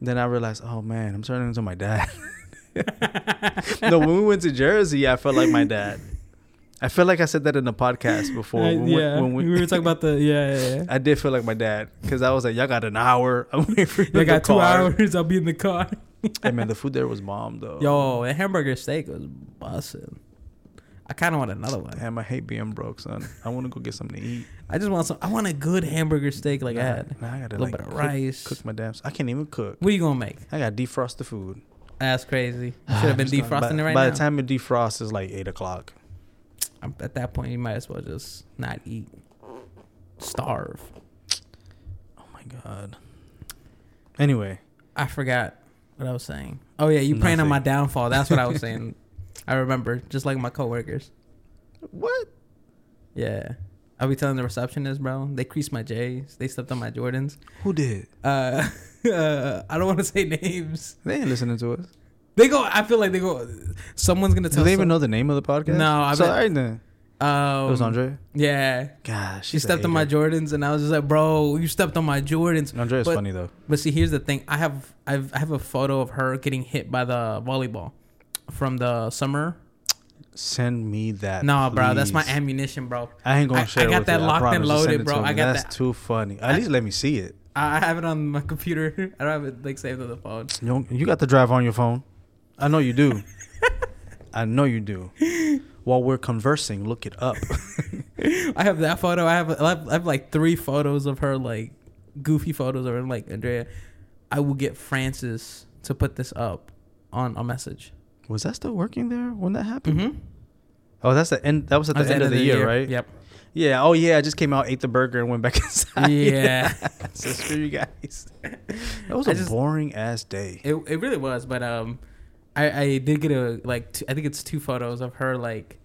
[SPEAKER 2] Then I realized, oh man, I'm turning into my dad. [laughs] no, when we went to Jersey, I felt like my dad. I felt like I said that in the podcast before. When we-
[SPEAKER 1] Uh, yeah.
[SPEAKER 2] when
[SPEAKER 1] we, were talking about the yeah. yeah, yeah.
[SPEAKER 2] [laughs] I did feel like my dad because I was like, y'all got an hour. [laughs] I'm waiting for you.
[SPEAKER 1] I
[SPEAKER 2] in
[SPEAKER 1] got
[SPEAKER 2] the
[SPEAKER 1] two
[SPEAKER 2] car. Uh,
[SPEAKER 1] hours. I'll be in the car.
[SPEAKER 2] Hey man, the food there was bomb though.
[SPEAKER 1] Yo, the hamburger steak was bussin'. I kind of want another one.
[SPEAKER 2] Damn, I hate being broke, son. I want to go get something to eat.
[SPEAKER 1] I just want some. I want a good hamburger steak like I
[SPEAKER 2] Nah,
[SPEAKER 1] had.
[SPEAKER 2] nah, I gotta
[SPEAKER 1] A little
[SPEAKER 2] like,
[SPEAKER 1] bit of
[SPEAKER 2] cook-
[SPEAKER 1] rice.
[SPEAKER 2] Cook my damn. s- I can't even cook.
[SPEAKER 1] What are you gonna make?
[SPEAKER 2] I gotta defrost the food.
[SPEAKER 1] [sighs] That's
[SPEAKER 2] [sighs]
[SPEAKER 1] crazy. You should have been
[SPEAKER 2] Just gonna-
[SPEAKER 1] defrosting
[SPEAKER 2] by,
[SPEAKER 1] it right
[SPEAKER 2] by
[SPEAKER 1] now.
[SPEAKER 2] the time it defrosts, it's like eight o'clock.
[SPEAKER 1] I'm- at that point, you might as well just not eat, starve.
[SPEAKER 2] Oh my god. Anyway,
[SPEAKER 1] I forgot what I was saying. Oh yeah, you praying on
[SPEAKER 2] Nothing.
[SPEAKER 1] my downfall. That's what I was
[SPEAKER 2] [laughs]
[SPEAKER 1] saying. I remember, just like my coworkers.
[SPEAKER 2] what?
[SPEAKER 1] Yeah, I'll be telling the receptionist, bro. They creased my J's. They stepped on my Jordans.
[SPEAKER 2] Who did?
[SPEAKER 1] Uh, [laughs] uh I don't want to say names.
[SPEAKER 2] They ain't listening to us.
[SPEAKER 1] They go. I feel like they go. Someone's gonna
[SPEAKER 2] Do
[SPEAKER 1] tell.
[SPEAKER 2] they even
[SPEAKER 1] some-
[SPEAKER 2] know the name of the podcast?
[SPEAKER 1] No, I
[SPEAKER 2] so,
[SPEAKER 1] bet-
[SPEAKER 2] all right then.
[SPEAKER 1] Um,
[SPEAKER 2] It was Andre.
[SPEAKER 1] Yeah,
[SPEAKER 2] Gosh,
[SPEAKER 1] she stepped on my Jordans, and I was just like, "Bro, you stepped on my Jordans."
[SPEAKER 2] Andre is
[SPEAKER 1] but-
[SPEAKER 2] funny though.
[SPEAKER 1] But see, here's the thing. I have I've I have a photo of her getting hit by the volleyball from the summer.
[SPEAKER 2] Send me that.
[SPEAKER 1] No, bro, that's my
[SPEAKER 2] please.
[SPEAKER 1] ammunition, bro.
[SPEAKER 2] I ain't gonna
[SPEAKER 1] I-
[SPEAKER 2] share.
[SPEAKER 1] I got
[SPEAKER 2] with
[SPEAKER 1] that
[SPEAKER 2] you,
[SPEAKER 1] locked and
[SPEAKER 2] I promise. Just send
[SPEAKER 1] loaded,
[SPEAKER 2] it
[SPEAKER 1] bro.
[SPEAKER 2] to me.
[SPEAKER 1] I got
[SPEAKER 2] that's
[SPEAKER 1] that-
[SPEAKER 2] too funny. At
[SPEAKER 1] I-
[SPEAKER 2] least let me see it.
[SPEAKER 1] I I have it on my computer. [laughs] I don't have it like saved on the phone.
[SPEAKER 2] You, don't- you got the drive on your phone. I know
[SPEAKER 1] [laughs]
[SPEAKER 2] you do. I know you do. While we're conversing, look it
[SPEAKER 1] [laughs]
[SPEAKER 2] up.
[SPEAKER 1] I have that photo. I have I have, I have like three photos of her, like goofy photos of her. Like Andrea, I will get Francis to put this up on a message.
[SPEAKER 2] Was that still working there when that happened?
[SPEAKER 1] Mm-hmm.
[SPEAKER 2] Oh, that's the end. That was at the, end, of the, year, right?
[SPEAKER 1] Yep.
[SPEAKER 2] Yeah. Oh, yeah. I just came out, ate the burger, and went back [laughs] inside.
[SPEAKER 1] Yeah.
[SPEAKER 2] [laughs] so screw you guys. [laughs] That was
[SPEAKER 1] I
[SPEAKER 2] a
[SPEAKER 1] just-
[SPEAKER 2] boring ass day.
[SPEAKER 1] It, it really was, but um, I I did get a like two, I think it's two photos of her like,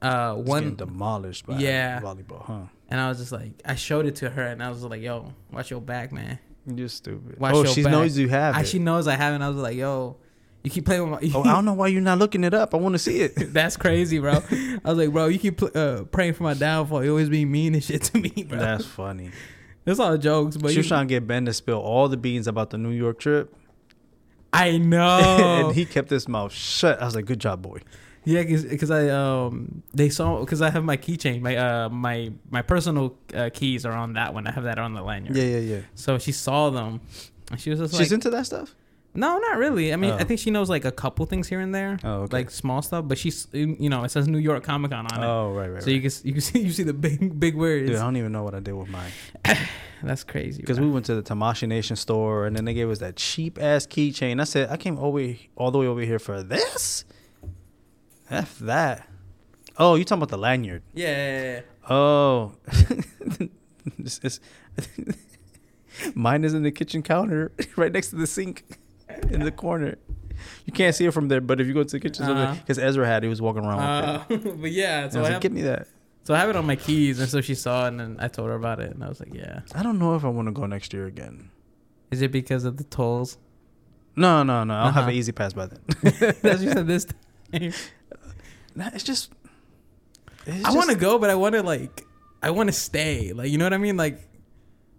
[SPEAKER 1] uh
[SPEAKER 2] Just
[SPEAKER 1] one
[SPEAKER 2] getting demolished by
[SPEAKER 1] Yeah.
[SPEAKER 2] volleyball, huh?
[SPEAKER 1] and I was just like I showed it to her and I was like yo watch your back man
[SPEAKER 2] You're stupid.
[SPEAKER 1] watch
[SPEAKER 2] oh,
[SPEAKER 1] your
[SPEAKER 2] she
[SPEAKER 1] back.
[SPEAKER 2] knows you have
[SPEAKER 1] I,
[SPEAKER 2] it.
[SPEAKER 1] she knows I have it and I was like yo you keep playing with my [laughs]
[SPEAKER 2] oh, I don't know why you're not looking it up. I want to see it.
[SPEAKER 1] that's crazy bro
[SPEAKER 2] [laughs]
[SPEAKER 1] I was like bro you keep pl- uh, praying for my downfall you always being mean and shit to me bro [laughs]
[SPEAKER 2] That's funny.
[SPEAKER 1] that's all jokes but
[SPEAKER 2] she
[SPEAKER 1] you,
[SPEAKER 2] was trying to get Ben to spill all the beans about the New York trip, [laughs]
[SPEAKER 1] I know
[SPEAKER 2] and he kept his mouth shut. I was like, "Good job, boy."
[SPEAKER 1] Yeah, because I um they saw because I have my keychain my uh my my personal uh, keys are on that one I have that on the lanyard
[SPEAKER 2] Yeah, yeah, yeah.
[SPEAKER 1] so she saw them And she was just
[SPEAKER 2] She's
[SPEAKER 1] like,
[SPEAKER 2] into that stuff.
[SPEAKER 1] no, not really. I mean,
[SPEAKER 2] Oh.
[SPEAKER 1] I think she knows like a couple things here and there,
[SPEAKER 2] Oh, okay.
[SPEAKER 1] like small stuff. But she's, you know, it says New York Comic Con on it,
[SPEAKER 2] Oh, right, right.
[SPEAKER 1] so you can s- you can [laughs] see you see the big big words.
[SPEAKER 2] Dude, I don't even know what I did with [laughs] mine
[SPEAKER 1] [coughs] That's crazy.
[SPEAKER 2] because
[SPEAKER 1] bro.
[SPEAKER 2] we went to the Tamashi Nation store and then they gave us that cheap ass keychain. I said I came all, way, all the way over here for this. F that. Oh, you talking about the lanyard?
[SPEAKER 1] yeah, yeah, yeah, yeah.
[SPEAKER 2] Oh, [laughs] This is- [laughs] mine is in the kitchen counter, [laughs] right next to the sink, [laughs] in the corner. You can't see it from there, but if you go to the kitchen,
[SPEAKER 1] Uh-huh.
[SPEAKER 2] because Ezra had, it, he was walking around. with it.
[SPEAKER 1] Uh, [laughs] but yeah,
[SPEAKER 2] And I
[SPEAKER 1] so
[SPEAKER 2] was
[SPEAKER 1] I,
[SPEAKER 2] like,
[SPEAKER 1] have,
[SPEAKER 2] "Give me that."
[SPEAKER 1] so I have it on my keys, and so she saw it, and then I told her about it, and I was like, yeah.
[SPEAKER 2] I don't know if I want to go next year again.
[SPEAKER 1] Is it because of the tolls? [laughs]
[SPEAKER 2] No, no, no. I'll have an
[SPEAKER 1] Uh-huh.
[SPEAKER 2] easy pass by then.
[SPEAKER 1] [laughs] That's what you said this. [laughs] Time.
[SPEAKER 2] Nah, it's just. it's
[SPEAKER 1] I
[SPEAKER 2] just-
[SPEAKER 1] want to go, but I want to like, I want to stay. Like, you know what I mean? Like,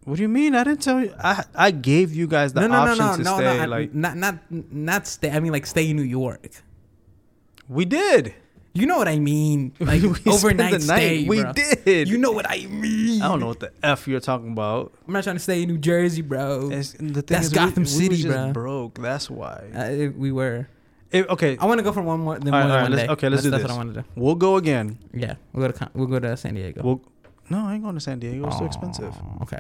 [SPEAKER 2] What do you mean? I didn't tell you. I I gave you guys the
[SPEAKER 1] no, no, no,
[SPEAKER 2] option
[SPEAKER 1] no,
[SPEAKER 2] to
[SPEAKER 1] no,
[SPEAKER 2] stay.
[SPEAKER 1] no, I-
[SPEAKER 2] like
[SPEAKER 1] not, not, not stay. I mean, like, stay in New York.
[SPEAKER 2] we did.
[SPEAKER 1] You know what I mean? [laughs] Like
[SPEAKER 2] [laughs] We spent
[SPEAKER 1] overnight
[SPEAKER 2] the night.
[SPEAKER 1] stay.
[SPEAKER 2] We
[SPEAKER 1] bro.
[SPEAKER 2] did.
[SPEAKER 1] You know what I mean?
[SPEAKER 2] I don't know what the f you're talking about.
[SPEAKER 1] I'm not trying to stay in New Jersey, bro.
[SPEAKER 2] It's, the thing
[SPEAKER 1] That's
[SPEAKER 2] is,
[SPEAKER 1] Gotham
[SPEAKER 2] we, we
[SPEAKER 1] City,
[SPEAKER 2] was just
[SPEAKER 1] bruh.
[SPEAKER 2] broke. That's why.
[SPEAKER 1] Uh, it- we were.
[SPEAKER 2] It- okay,
[SPEAKER 1] I want to go for one more. Then more
[SPEAKER 2] All right, all right,
[SPEAKER 1] than one
[SPEAKER 2] let's-
[SPEAKER 1] day.
[SPEAKER 2] okay, let's
[SPEAKER 1] that's,
[SPEAKER 2] do
[SPEAKER 1] that's
[SPEAKER 2] this.
[SPEAKER 1] what I want to do.
[SPEAKER 2] we'll go again.
[SPEAKER 1] Yeah, we'll go to Con- we'll go to San Diego.
[SPEAKER 2] We'll. No, I ain't going to San Diego. It's too expensive.
[SPEAKER 1] Oh, Okay.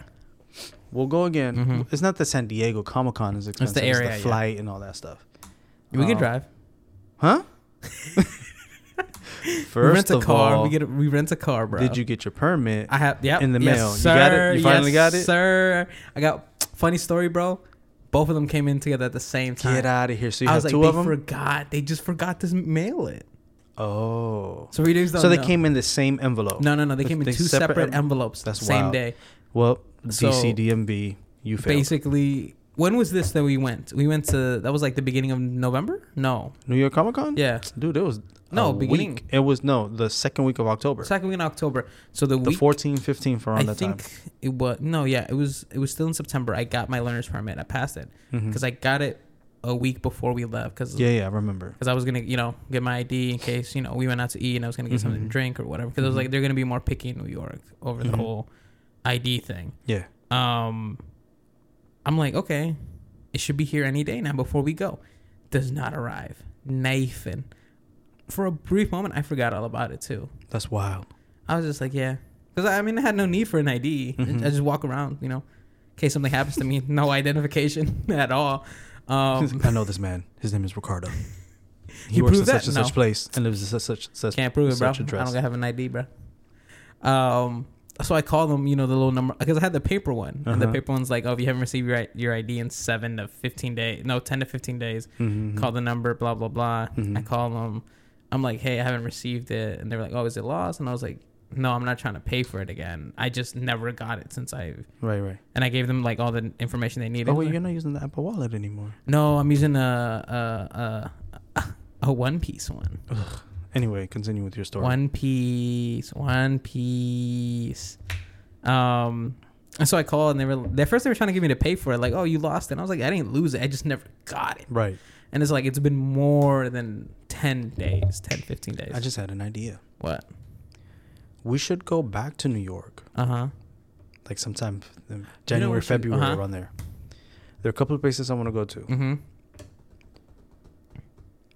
[SPEAKER 2] We'll go again.
[SPEAKER 1] Mhm.
[SPEAKER 2] It's not the San Diego Comic Con is expensive. It's the,
[SPEAKER 1] area, yeah.
[SPEAKER 2] flight and all that stuff.
[SPEAKER 1] We
[SPEAKER 2] Oh.
[SPEAKER 1] could drive. [laughs]
[SPEAKER 2] Huh?
[SPEAKER 1] We
[SPEAKER 2] First
[SPEAKER 1] rent a
[SPEAKER 2] of
[SPEAKER 1] car.
[SPEAKER 2] all,
[SPEAKER 1] we get a, we rent a car, bro.
[SPEAKER 2] did you get your permit?
[SPEAKER 1] I have yeah
[SPEAKER 2] in the mail.
[SPEAKER 1] Yes,
[SPEAKER 2] You
[SPEAKER 1] sir.
[SPEAKER 2] got it? You finally
[SPEAKER 1] yes,
[SPEAKER 2] got it?
[SPEAKER 1] sir. I got funny story, bro. Both of them came in together at the same time.
[SPEAKER 2] get out of here. So you
[SPEAKER 1] I
[SPEAKER 2] have
[SPEAKER 1] was like,
[SPEAKER 2] two
[SPEAKER 1] they
[SPEAKER 2] of them.
[SPEAKER 1] forgot. They just forgot to mail it.
[SPEAKER 2] oh,
[SPEAKER 1] So we
[SPEAKER 2] so they came in the same envelope.
[SPEAKER 1] No, no, no. They came in
[SPEAKER 2] They
[SPEAKER 1] two
[SPEAKER 2] separate
[SPEAKER 1] separate,
[SPEAKER 2] en-
[SPEAKER 1] envelopes.
[SPEAKER 2] That's
[SPEAKER 1] same
[SPEAKER 2] wild.
[SPEAKER 1] day.
[SPEAKER 2] Well,
[SPEAKER 1] So-
[SPEAKER 2] DC DMB, you failed.
[SPEAKER 1] Basically, when was this that we went? We went to that was like the beginning of November. No,
[SPEAKER 2] New York Comic Con.
[SPEAKER 1] yeah,
[SPEAKER 2] dude, it was
[SPEAKER 1] No,
[SPEAKER 2] a
[SPEAKER 1] beginning.
[SPEAKER 2] Week. It was no the second week of October.
[SPEAKER 1] second week in October. So the,
[SPEAKER 2] the
[SPEAKER 1] week
[SPEAKER 2] 14, 15 for around
[SPEAKER 1] I
[SPEAKER 2] that
[SPEAKER 1] think
[SPEAKER 2] time.
[SPEAKER 1] it was no, yeah, it was it was still in September. I got my learner's permit. I passed it
[SPEAKER 2] Mhm.
[SPEAKER 1] because I got it a week before we left because
[SPEAKER 2] Yeah, yeah, I remember.
[SPEAKER 1] because I was gonna, you know, get my ID in case you know we went out to eat and I was gonna get something to
[SPEAKER 2] Mhm.
[SPEAKER 1] drink or whatever. Because I was
[SPEAKER 2] Mhm.
[SPEAKER 1] like, they're gonna be more picky in New York over
[SPEAKER 2] Mhm.
[SPEAKER 1] the whole ID thing.
[SPEAKER 2] Yeah,
[SPEAKER 1] Um, I'm like, okay, it should be here any day now. Before we go, does not arrive. Nathan, for a brief moment, I forgot all about it too.
[SPEAKER 2] that's wild. [laughs]
[SPEAKER 1] I was just like, yeah, because I mean, I had no need for an ID. I-
[SPEAKER 2] Mhm.
[SPEAKER 1] I just walk around, you know, in case something happens
[SPEAKER 2] [laughs]
[SPEAKER 1] to me, no identification [laughs] at all. Um,
[SPEAKER 2] I know this man. His name
[SPEAKER 1] [laughs]
[SPEAKER 2] is Ricardo. He
[SPEAKER 1] You
[SPEAKER 2] works in
[SPEAKER 1] prove
[SPEAKER 2] such
[SPEAKER 1] that?
[SPEAKER 2] and
[SPEAKER 1] No.
[SPEAKER 2] such place and lives in such such such.
[SPEAKER 1] Can't prove it, bro. I
[SPEAKER 2] such
[SPEAKER 1] don't
[SPEAKER 2] address.
[SPEAKER 1] gotta have an ID, bro. Um, so I call them, you know, the little number because I had the paper one, and the
[SPEAKER 2] Uh-huh.
[SPEAKER 1] paper one's like, oh, if you haven't received your I- your ID in seven to fifteen days, no, ten to fifteen days,
[SPEAKER 2] Mhm.
[SPEAKER 1] call the number, blah blah blah.
[SPEAKER 2] Mhm.
[SPEAKER 1] I call them. I'm like, hey, I haven't received it, and they're like, oh, is it lost? And I was like, no, I'm not trying to pay for it again. I just never got it since I
[SPEAKER 2] Right, right.
[SPEAKER 1] and I gave them like all the information they needed.
[SPEAKER 2] Oh wait, you're not using the Apple Wallet anymore.
[SPEAKER 1] no, I'm using a a a, a one piece one.
[SPEAKER 2] Anyway, continue with your story.
[SPEAKER 1] One Piece, One Piece. Um, and so I called and they were at first they were trying to get me to pay for it, like, oh, you lost it. And I was like, I didn't lose it, I just never got it.
[SPEAKER 2] Right.
[SPEAKER 1] And it's like it's been more than ten days, 10, 15 days.
[SPEAKER 2] I just had an idea.
[SPEAKER 1] what?
[SPEAKER 2] We should go back to New York,
[SPEAKER 1] Uh huh.
[SPEAKER 2] like sometime in January,
[SPEAKER 1] we should-
[SPEAKER 2] February,
[SPEAKER 1] uh-huh.
[SPEAKER 2] around there. There are a couple of places I want to go to.
[SPEAKER 1] Mm-hmm.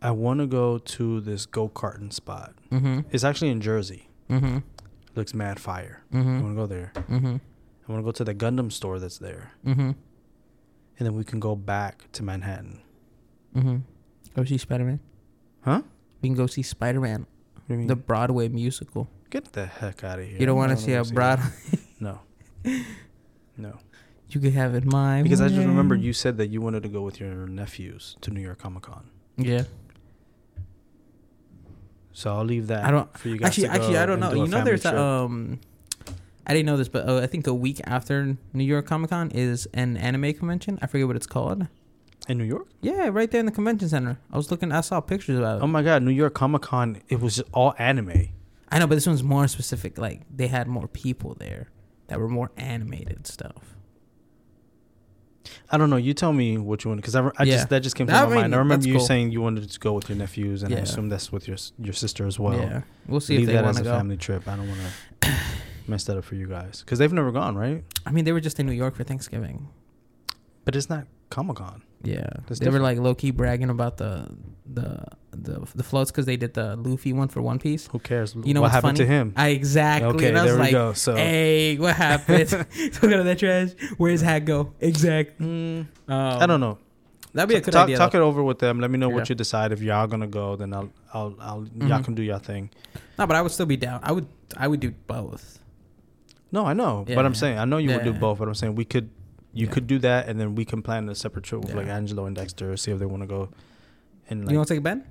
[SPEAKER 2] I want to go to this go karting spot.
[SPEAKER 1] Mm-hmm.
[SPEAKER 2] It's actually in Jersey.
[SPEAKER 1] Mm-hmm.
[SPEAKER 2] Looks mad fire. I want
[SPEAKER 1] Mm-hmm.
[SPEAKER 2] to go there.
[SPEAKER 1] Mm-hmm.
[SPEAKER 2] I want to go to the Gundam store that's there,
[SPEAKER 1] Mm-hmm.
[SPEAKER 2] and then we can go back to Manhattan.
[SPEAKER 1] Mm-hmm. Go see Spider Man.
[SPEAKER 2] Huh?
[SPEAKER 1] We can go see Spider Man,
[SPEAKER 2] What do you mean?
[SPEAKER 1] the Broadway musical.
[SPEAKER 2] Get the heck out of here!
[SPEAKER 1] You don't
[SPEAKER 2] I
[SPEAKER 1] want to
[SPEAKER 2] wanna
[SPEAKER 1] see
[SPEAKER 2] go
[SPEAKER 1] a [laughs]
[SPEAKER 2] that.
[SPEAKER 1] Broadway.
[SPEAKER 2] No. No.
[SPEAKER 1] you could have it my
[SPEAKER 2] Because I just remember
[SPEAKER 1] way.
[SPEAKER 2] you said that you wanted to go with your nephews to New York Comic Con.
[SPEAKER 1] Yeah.
[SPEAKER 2] So I'll leave that.
[SPEAKER 1] I don't-
[SPEAKER 2] For you guys
[SPEAKER 1] Actually,
[SPEAKER 2] to go
[SPEAKER 1] actually, I don't
[SPEAKER 2] and
[SPEAKER 1] know.
[SPEAKER 2] do a
[SPEAKER 1] You know,
[SPEAKER 2] family
[SPEAKER 1] there's
[SPEAKER 2] trip.
[SPEAKER 1] a, um, I didn't know this, but uh, I think a week after New York Comic Con is an anime convention. I forget what it's called. uh,
[SPEAKER 2] in New York.
[SPEAKER 1] Yeah, right there in the convention center. I was looking. I saw pictures about it.
[SPEAKER 2] Oh my God, New York Comic Con. It was just all anime.
[SPEAKER 1] I know, but this one's more specific. Like they had more people there that were more animated stuff.
[SPEAKER 2] I don't know. You tell me what you want because I, re- I
[SPEAKER 1] Yeah.
[SPEAKER 2] just that just came to
[SPEAKER 1] I
[SPEAKER 2] my
[SPEAKER 1] mean,
[SPEAKER 2] mind. I remember
[SPEAKER 1] that's
[SPEAKER 2] you
[SPEAKER 1] cool.
[SPEAKER 2] saying you wanted to go with your nephews, and I
[SPEAKER 1] Yeah.
[SPEAKER 2] assume that's with your s- your sister as well.
[SPEAKER 1] yeah, we'll see
[SPEAKER 2] Leave
[SPEAKER 1] if they
[SPEAKER 2] that
[SPEAKER 1] want
[SPEAKER 2] as a
[SPEAKER 1] to go.
[SPEAKER 2] family trip. I don't want to [coughs] mess that up for you guys because they've never gone, right?
[SPEAKER 1] I mean, they were just in New York for Thanksgiving.
[SPEAKER 2] But it's not Comic Con.
[SPEAKER 1] Yeah,
[SPEAKER 2] That's
[SPEAKER 1] they were like low key bragging about the the the the floats because they did the Luffy one for One Piece.
[SPEAKER 2] Who cares?
[SPEAKER 1] You know
[SPEAKER 2] what
[SPEAKER 1] what's
[SPEAKER 2] happened
[SPEAKER 1] funny?
[SPEAKER 2] to him?
[SPEAKER 1] I exactly.
[SPEAKER 2] Mm. Okay,
[SPEAKER 1] and I was
[SPEAKER 2] there we
[SPEAKER 1] like, eh,
[SPEAKER 2] go. So-
[SPEAKER 1] hey, what
[SPEAKER 2] [laughs]
[SPEAKER 1] happened? [laughs] Took out that trash. Where's his hat go? Exact.
[SPEAKER 2] Mm,
[SPEAKER 1] Um,
[SPEAKER 2] I don't know.
[SPEAKER 1] That'd be a
[SPEAKER 2] Ta-
[SPEAKER 1] good
[SPEAKER 2] talk,
[SPEAKER 1] idea.
[SPEAKER 2] Talk
[SPEAKER 1] though.
[SPEAKER 2] it over with them. Let me know
[SPEAKER 1] Yeah.
[SPEAKER 2] what you decide. If y'all gonna go, then I'll, I'll, I'll y'all
[SPEAKER 1] Mhm.
[SPEAKER 2] can do your thing.
[SPEAKER 1] No, but I would still be down. I would. I would do both.
[SPEAKER 2] No, I know,
[SPEAKER 1] Yeah,
[SPEAKER 2] but I'm
[SPEAKER 1] yeah.
[SPEAKER 2] saying I know you would do
[SPEAKER 1] Yeah.
[SPEAKER 2] both. But I'm saying we could, you
[SPEAKER 1] Yeah.
[SPEAKER 2] could do that, and then we can plan a separate trip with
[SPEAKER 1] Yeah.
[SPEAKER 2] like Angelo and Dexter, see if they want to go. And like,
[SPEAKER 1] you want to take Ben?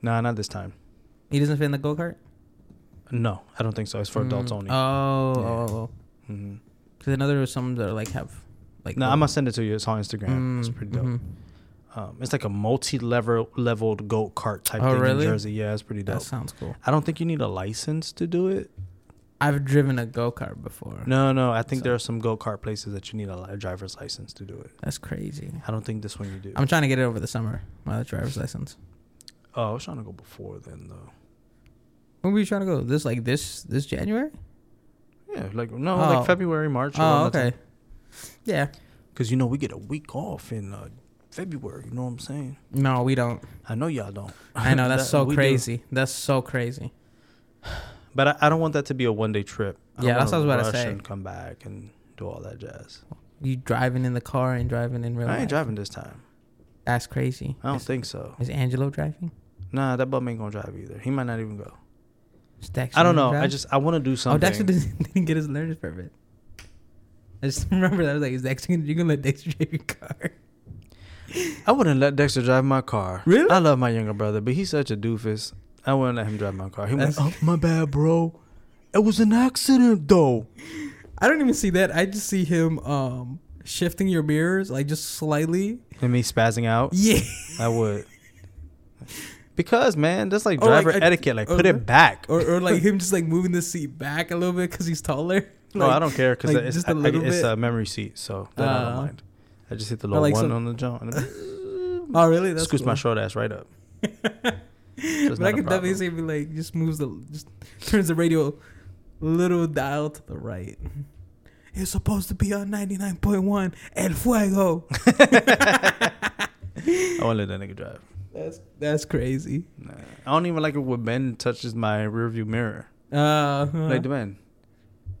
[SPEAKER 2] nah, not this time.
[SPEAKER 1] He doesn't fit in the go kart.
[SPEAKER 2] No, I don't think so. It's for adults only.
[SPEAKER 1] Oh,
[SPEAKER 2] Yeah.
[SPEAKER 1] oh, oh.
[SPEAKER 2] hmm
[SPEAKER 1] Because I know there were some that like have like.
[SPEAKER 2] No,
[SPEAKER 1] the-
[SPEAKER 2] I'm gonna send it to you. It's on Instagram. it's
[SPEAKER 1] Mm,
[SPEAKER 2] pretty dope.
[SPEAKER 1] mhm.
[SPEAKER 2] Um, it's like a multi-level leveled go kart type
[SPEAKER 1] Oh,
[SPEAKER 2] thing
[SPEAKER 1] really?
[SPEAKER 2] in Jersey. Yeah, it's pretty dope.
[SPEAKER 1] That sounds cool.
[SPEAKER 2] I don't think you need a license to do it.
[SPEAKER 1] I've driven a go kart before.
[SPEAKER 2] No, no. I think
[SPEAKER 1] So-
[SPEAKER 2] there are some go kart places that you need a, li- a driver's license to do it.
[SPEAKER 1] That's crazy.
[SPEAKER 2] I don't think this one you do.
[SPEAKER 1] I'm trying to get it over the summer. My driver's license.
[SPEAKER 2] oh, I was trying to go before then though.
[SPEAKER 1] When were you trying to go? This like this this January?
[SPEAKER 2] Yeah, like no,
[SPEAKER 1] Oh.
[SPEAKER 2] like February, March.
[SPEAKER 1] Oh, okay. Yeah.
[SPEAKER 2] Because you know we get a week off in uh, February. You know what I'm saying?
[SPEAKER 1] No, we don't.
[SPEAKER 2] I know y'all don't.
[SPEAKER 1] I
[SPEAKER 2] [laughs]
[SPEAKER 1] know that's
[SPEAKER 2] That-
[SPEAKER 1] so
[SPEAKER 2] we do.
[SPEAKER 1] crazy. That's so crazy.
[SPEAKER 2] But I, I don't want that to be a one day trip. I don't
[SPEAKER 1] Yeah, that's
[SPEAKER 2] wanna
[SPEAKER 1] what I was about to
[SPEAKER 2] rush
[SPEAKER 1] say.
[SPEAKER 2] And come back and do all that jazz.
[SPEAKER 1] You driving in the car and driving in real
[SPEAKER 2] I
[SPEAKER 1] life.
[SPEAKER 2] ain't driving this time.
[SPEAKER 1] That's crazy.
[SPEAKER 2] I don't
[SPEAKER 1] Is,
[SPEAKER 2] think so.
[SPEAKER 1] is Angelo driving?
[SPEAKER 2] Nah, that bum ain't gonna drive either. He might not even go.
[SPEAKER 1] Is Dexter
[SPEAKER 2] I don't know.
[SPEAKER 1] gonna
[SPEAKER 2] I
[SPEAKER 1] drive?
[SPEAKER 2] just I want to do
[SPEAKER 1] oh
[SPEAKER 2] something.
[SPEAKER 1] Dexter didn't, [laughs] didn't get his learner's permit. I just [laughs] remember that I was like, is Dexter gonna, you gonna let Dexter [laughs] drive your car?
[SPEAKER 2] I wouldn't let Dexter drive my car.
[SPEAKER 1] Really?
[SPEAKER 2] I love my younger brother, but he's such a doofus. I wouldn't let him drive my car. He went, "Oh
[SPEAKER 1] That's-
[SPEAKER 2] my bad, bro. It was an accident, though."
[SPEAKER 1] I don't even see that. I just see him um shifting your mirrors like just slightly.
[SPEAKER 2] And me spazzing out.
[SPEAKER 1] Yeah.
[SPEAKER 2] I would. Because man, that's like
[SPEAKER 1] Or, like, uh-huh. Oh,
[SPEAKER 2] driver
[SPEAKER 1] a-
[SPEAKER 2] etiquette. Like,
[SPEAKER 1] or-
[SPEAKER 2] put it back.
[SPEAKER 1] or, or like him just like moving the seat back a little bit because he's taller.
[SPEAKER 2] no,
[SPEAKER 1] Like-
[SPEAKER 2] I don't care because
[SPEAKER 1] like,
[SPEAKER 2] it's,
[SPEAKER 1] just
[SPEAKER 2] I-
[SPEAKER 1] a
[SPEAKER 2] I-
[SPEAKER 1] little
[SPEAKER 2] it's
[SPEAKER 1] bit.
[SPEAKER 2] a memory seat, so that I don't
[SPEAKER 1] Uh,
[SPEAKER 2] mind. I just hit the
[SPEAKER 1] or
[SPEAKER 2] low
[SPEAKER 1] like
[SPEAKER 2] one
[SPEAKER 1] some-
[SPEAKER 2] on the jump. And
[SPEAKER 1] [laughs] Oh, really? That's
[SPEAKER 2] scoot my
[SPEAKER 1] cool.
[SPEAKER 2] short
[SPEAKER 1] [laughs]
[SPEAKER 2] ass right up. So it's
[SPEAKER 1] But I
[SPEAKER 2] not a
[SPEAKER 1] could definitely
[SPEAKER 2] problem.
[SPEAKER 1] see if he like just moves the just turns the radio little dial to the right. It's supposed to be on ninety nine point one El Fuego. [laughs]
[SPEAKER 2] I won't let that nigga drive.
[SPEAKER 1] That's that's crazy.
[SPEAKER 2] Nah. I don't even like it when Ben touches my rearview mirror.
[SPEAKER 1] Uh,
[SPEAKER 2] Like the Ben.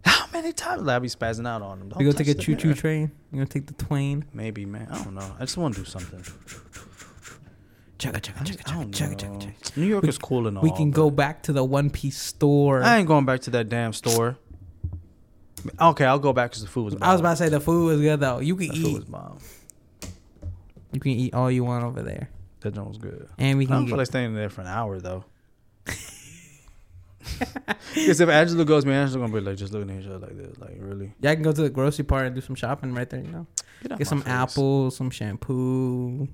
[SPEAKER 2] How many times will I be spazzing out on him?
[SPEAKER 1] you
[SPEAKER 2] Don't
[SPEAKER 1] gonna take a
[SPEAKER 2] touch the
[SPEAKER 1] choo choo
[SPEAKER 2] mirror.
[SPEAKER 1] train? You gonna take the Twain?
[SPEAKER 2] Maybe, man. I don't know. I just want to do something.
[SPEAKER 1] Chugga chugga
[SPEAKER 2] I,
[SPEAKER 1] chugga
[SPEAKER 2] just, I
[SPEAKER 1] chugga
[SPEAKER 2] don't
[SPEAKER 1] chugga
[SPEAKER 2] know.
[SPEAKER 1] chugga chugga.
[SPEAKER 2] New York
[SPEAKER 1] We-
[SPEAKER 2] is cool and all.
[SPEAKER 1] We can
[SPEAKER 2] but
[SPEAKER 1] go back to the One Piece store.
[SPEAKER 2] I ain't going back to that damn store. Okay, I'll go back because the food was. Bomb.
[SPEAKER 1] I was about to say the food was good though. You can
[SPEAKER 2] That food was
[SPEAKER 1] eat.
[SPEAKER 2] bomb.
[SPEAKER 1] You can eat all you want over there,
[SPEAKER 2] That joint was good.
[SPEAKER 1] and we
[SPEAKER 2] I
[SPEAKER 1] can
[SPEAKER 2] don't
[SPEAKER 1] get.
[SPEAKER 2] feel like staying there for an
[SPEAKER 1] [laughs]
[SPEAKER 2] hour though. Because if Angela goes, man, Angela's gonna be like just looking at each other like this, like really.
[SPEAKER 1] yeah, I can go to the grocery part and do some shopping right there. You know,
[SPEAKER 2] Get, out
[SPEAKER 1] get
[SPEAKER 2] my
[SPEAKER 1] some
[SPEAKER 2] face.
[SPEAKER 1] apples, some shampoo, a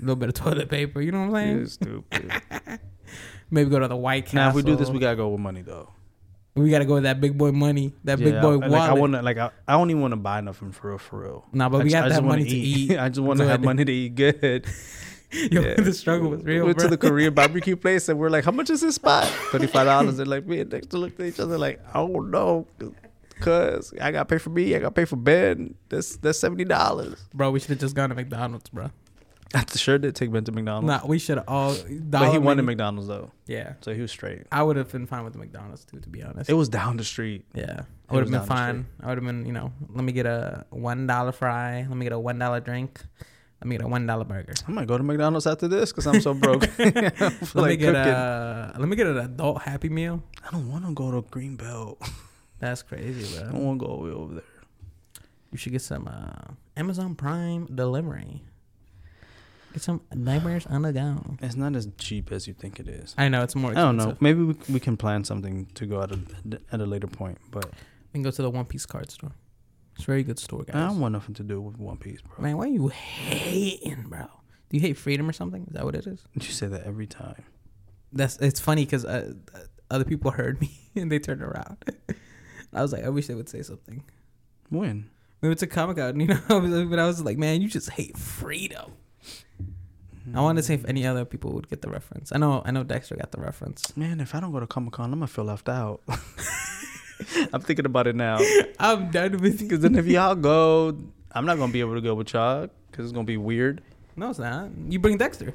[SPEAKER 1] little bit of toilet paper. You know what I'm saying?
[SPEAKER 2] You stupid.
[SPEAKER 1] [laughs] Maybe go to the White Castle.
[SPEAKER 2] now, if we do this, we gotta go with money though.
[SPEAKER 1] we gotta go with that big boy money, that
[SPEAKER 2] Yeah,
[SPEAKER 1] big boy
[SPEAKER 2] I,
[SPEAKER 1] wallet.
[SPEAKER 2] like I want to like I, I don't even want to buy nothing for real for real.
[SPEAKER 1] Nah, but
[SPEAKER 2] I
[SPEAKER 1] we
[SPEAKER 2] just-
[SPEAKER 1] got
[SPEAKER 2] I
[SPEAKER 1] to
[SPEAKER 2] just
[SPEAKER 1] have
[SPEAKER 2] wanna
[SPEAKER 1] money to
[SPEAKER 2] eat.
[SPEAKER 1] eat.
[SPEAKER 2] [laughs] I just want to have
[SPEAKER 1] Good.
[SPEAKER 2] money to eat good.
[SPEAKER 1] [laughs] [laughs] Yo,
[SPEAKER 2] Yeah.
[SPEAKER 1] the struggle was real.
[SPEAKER 2] We went
[SPEAKER 1] bro.
[SPEAKER 2] to the Korean barbecue place and we're like, how much is this spot? Thirty five dollars. And like me and Dexter looked at each other like, oh no, cause I got to pay for me. I got to pay for Ben. That's that's seventy dollars.
[SPEAKER 1] [laughs] bro, we should have just gone to McDonald's, bro.
[SPEAKER 2] I sure did take Ben to McDonald's.
[SPEAKER 1] Nah, we should have all.
[SPEAKER 2] Um, but he
[SPEAKER 1] dollar
[SPEAKER 2] wanted
[SPEAKER 1] menu-
[SPEAKER 2] McDonald's though,
[SPEAKER 1] Yeah,
[SPEAKER 2] so he was straight.
[SPEAKER 1] I would have been fine with the McDonald's too, to be honest.
[SPEAKER 2] It was down the street.
[SPEAKER 1] Yeah,
[SPEAKER 2] It
[SPEAKER 1] I would
[SPEAKER 2] was
[SPEAKER 1] have been
[SPEAKER 2] down the
[SPEAKER 1] fine. I would have been, you know, let me get a one dollar fry. Let me get a one dollar drink. Let me get a one dollar burger.
[SPEAKER 2] I might go to McDonald's after this because I'm so broke. [laughs] I don't
[SPEAKER 1] [laughs]
[SPEAKER 2] feel
[SPEAKER 1] Let me
[SPEAKER 2] like
[SPEAKER 1] get uh,
[SPEAKER 2] cooking.
[SPEAKER 1] a. Let me get an adult happy meal.
[SPEAKER 2] I don't want to go to Greenbelt.
[SPEAKER 1] That's crazy,
[SPEAKER 2] I
[SPEAKER 1] bro.
[SPEAKER 2] don't want to go all the way over there.
[SPEAKER 1] You should get some uh, Amazon Prime delivery. Get some nightmares on the go.
[SPEAKER 2] It's not as cheap as you think it is.
[SPEAKER 1] I know it's more.
[SPEAKER 2] I don't know.
[SPEAKER 1] expensive.
[SPEAKER 2] Maybe we, we can plan something to go at a, at a later point, but
[SPEAKER 1] We can go to the One Piece card store. It's a very good store,
[SPEAKER 2] I
[SPEAKER 1] guys.
[SPEAKER 2] don't want nothing to do with One Piece, bro.
[SPEAKER 1] Man, why you hating, bro? Do you hate freedom or something? Is that what it is?
[SPEAKER 2] You say that every time.
[SPEAKER 1] That's it's funny because uh, uh, other people heard me [laughs] and they turned around. [laughs] I was like, I wish they would say something.
[SPEAKER 2] When?
[SPEAKER 1] We went to Comic Con, [laughs] you know, I was- but I was like, man, you just hate freedom. I wanted to see if any other people would get the reference. I know, I know, Dexter got the reference.
[SPEAKER 2] Man, if I don't go to Comic Con, I'm gonna feel left out. [laughs] I'm [laughs] thinking about it now.
[SPEAKER 1] I'm done with
[SPEAKER 2] Because then if y'all go, I'm not gonna be able to go with y'all because it's gonna be weird.
[SPEAKER 1] No, it's not. You bring Dexter.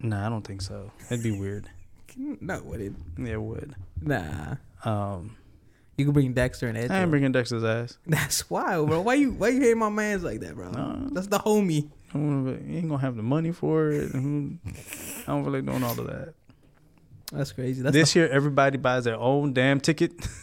[SPEAKER 2] Nah, I don't think so. It'd be weird.
[SPEAKER 1] No, it wouldn't.
[SPEAKER 2] [laughs] Yeah, it would.
[SPEAKER 1] Nah.
[SPEAKER 2] Um,
[SPEAKER 1] You could bring Dexter and Ed.
[SPEAKER 2] I ain't
[SPEAKER 1] though.
[SPEAKER 2] bringing Dexter's ass.
[SPEAKER 1] That's wild, bro. Why you why you hate my man's like that, bro?
[SPEAKER 2] No.
[SPEAKER 1] That's the homie.
[SPEAKER 2] I don't wanna be- he ain't gonna have the money for it. [laughs] and who- I don't feel like doing all of that.
[SPEAKER 1] That's crazy. That's
[SPEAKER 2] [laughs] this year, everybody buys their own damn ticket. [laughs]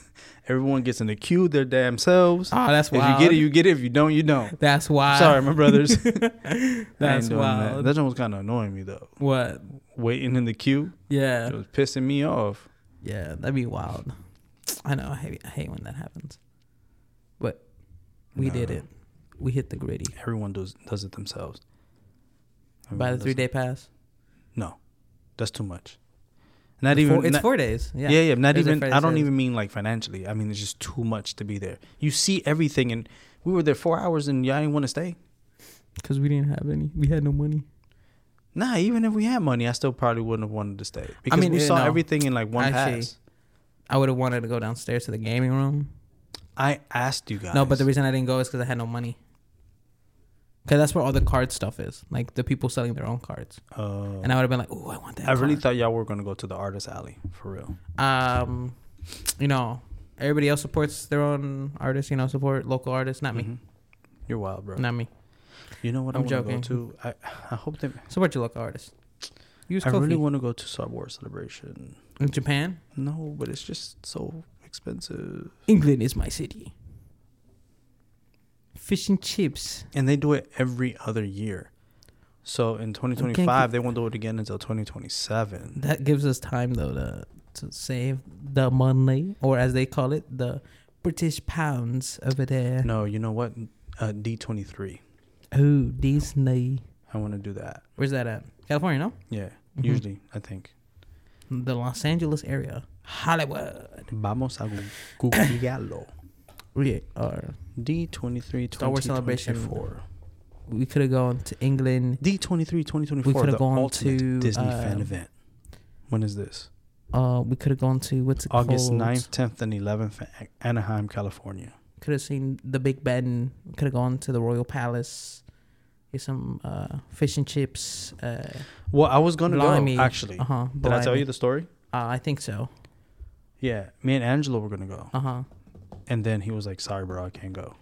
[SPEAKER 2] Everyone gets in the queue their damn selves.
[SPEAKER 1] the, oh, that's
[SPEAKER 2] if
[SPEAKER 1] wild.
[SPEAKER 2] you get it, you get it. If you don't, you don't.
[SPEAKER 1] that's wild.
[SPEAKER 2] Sorry,
[SPEAKER 1] [laughs]
[SPEAKER 2] my brothers. I ain't
[SPEAKER 1] That's
[SPEAKER 2] doing that.
[SPEAKER 1] wild.
[SPEAKER 2] That was kind of annoying me though.
[SPEAKER 1] What?
[SPEAKER 2] Waiting in the queue,
[SPEAKER 1] Yeah.
[SPEAKER 2] it was pissing me off.
[SPEAKER 1] Yeah, that'd be wild. I know. I hate, I hate when that happens. But we did
[SPEAKER 2] Nah.
[SPEAKER 1] it. We hit the gritty.
[SPEAKER 2] Everyone does does it themselves.
[SPEAKER 1] By the
[SPEAKER 2] Everyone
[SPEAKER 1] three
[SPEAKER 2] does-
[SPEAKER 1] day pass.
[SPEAKER 2] No, that's too much. Not
[SPEAKER 1] Four-
[SPEAKER 2] even.
[SPEAKER 1] it's
[SPEAKER 2] not-
[SPEAKER 1] four days.
[SPEAKER 2] Yeah,
[SPEAKER 1] Yeah.
[SPEAKER 2] yeah. not
[SPEAKER 1] Thursday,
[SPEAKER 2] even.
[SPEAKER 1] Friday,
[SPEAKER 2] I don't
[SPEAKER 1] Saturday.
[SPEAKER 2] even mean like financially. I mean it's just too much to be there. You see everything, and we were there four hours, and y'all didn't want to stay.
[SPEAKER 1] Because we didn't have any. We had no money.
[SPEAKER 2] Nah, even if we had money, I still probably wouldn't have wanted to stay because
[SPEAKER 1] mean,
[SPEAKER 2] we
[SPEAKER 1] yeah,
[SPEAKER 2] saw
[SPEAKER 1] no.
[SPEAKER 2] everything in like one
[SPEAKER 1] Actually,
[SPEAKER 2] pass.
[SPEAKER 1] I would have wanted to go downstairs to the gaming room.
[SPEAKER 2] I asked you guys.
[SPEAKER 1] No, but the reason I didn't go is because I had no money. Because that's where all the card stuff is. Like the people selling their own cards.
[SPEAKER 2] Oh.
[SPEAKER 1] And I would have been like, oh, I want that.
[SPEAKER 2] I really
[SPEAKER 1] card."
[SPEAKER 2] thought y'all were gonna go to the artist alley for real.
[SPEAKER 1] um, you know, everybody else supports their own artists. You know, support local artists. Not me.
[SPEAKER 2] Mhm. You're wild, bro.
[SPEAKER 1] Not me.
[SPEAKER 2] You know what i
[SPEAKER 1] I'm
[SPEAKER 2] want to go
[SPEAKER 1] joking.
[SPEAKER 2] to? I I hope they.
[SPEAKER 1] Support your local artists. Use
[SPEAKER 2] I
[SPEAKER 1] Kofi.
[SPEAKER 2] really want to go to Star Wars Celebration.
[SPEAKER 1] In Japan,
[SPEAKER 2] No, but it's just so expensive.
[SPEAKER 1] England is my city. Fish and chips.
[SPEAKER 2] And they do it every other year. So in 2025, they won't do it again until 2027.
[SPEAKER 1] That gives us time though to to save the money, or as they call it, the British pounds over there.
[SPEAKER 2] No, you know what? Uh, D23.
[SPEAKER 1] Oh, Disney.
[SPEAKER 2] I want to do that.
[SPEAKER 1] Where's that at? California, no?
[SPEAKER 2] Yeah,
[SPEAKER 1] Mhm.
[SPEAKER 2] usually I think.
[SPEAKER 1] The Los Angeles area, Hollywood.
[SPEAKER 2] Vamos a gu- googlearlo.
[SPEAKER 1] We are.
[SPEAKER 2] D23
[SPEAKER 1] Star Wars Celebration.
[SPEAKER 2] 2024.
[SPEAKER 1] We could have gone to England
[SPEAKER 2] D23 2024.
[SPEAKER 1] We could've
[SPEAKER 2] the
[SPEAKER 1] gone
[SPEAKER 2] ultimate
[SPEAKER 1] to,
[SPEAKER 2] Disney fan
[SPEAKER 1] um,
[SPEAKER 2] event. When is this?
[SPEAKER 1] Uh, we could have gone to what's it
[SPEAKER 2] August
[SPEAKER 1] called?
[SPEAKER 2] 9th, 10th, and 11th, in Anaheim, California.
[SPEAKER 1] Could have seen the Big Ben. Could have gone to the Royal Palace. Get some uh, fish and chips. Uh
[SPEAKER 2] Well, I was going to
[SPEAKER 1] Blimey. Uh-huh.
[SPEAKER 2] go actually.
[SPEAKER 1] huh.
[SPEAKER 2] Did I tell you the story?
[SPEAKER 1] Uh, I think so.
[SPEAKER 2] Yeah, me and Angelo were going to go.
[SPEAKER 1] Uh huh.
[SPEAKER 2] And then he was like, "Sorry, bro, I can't go."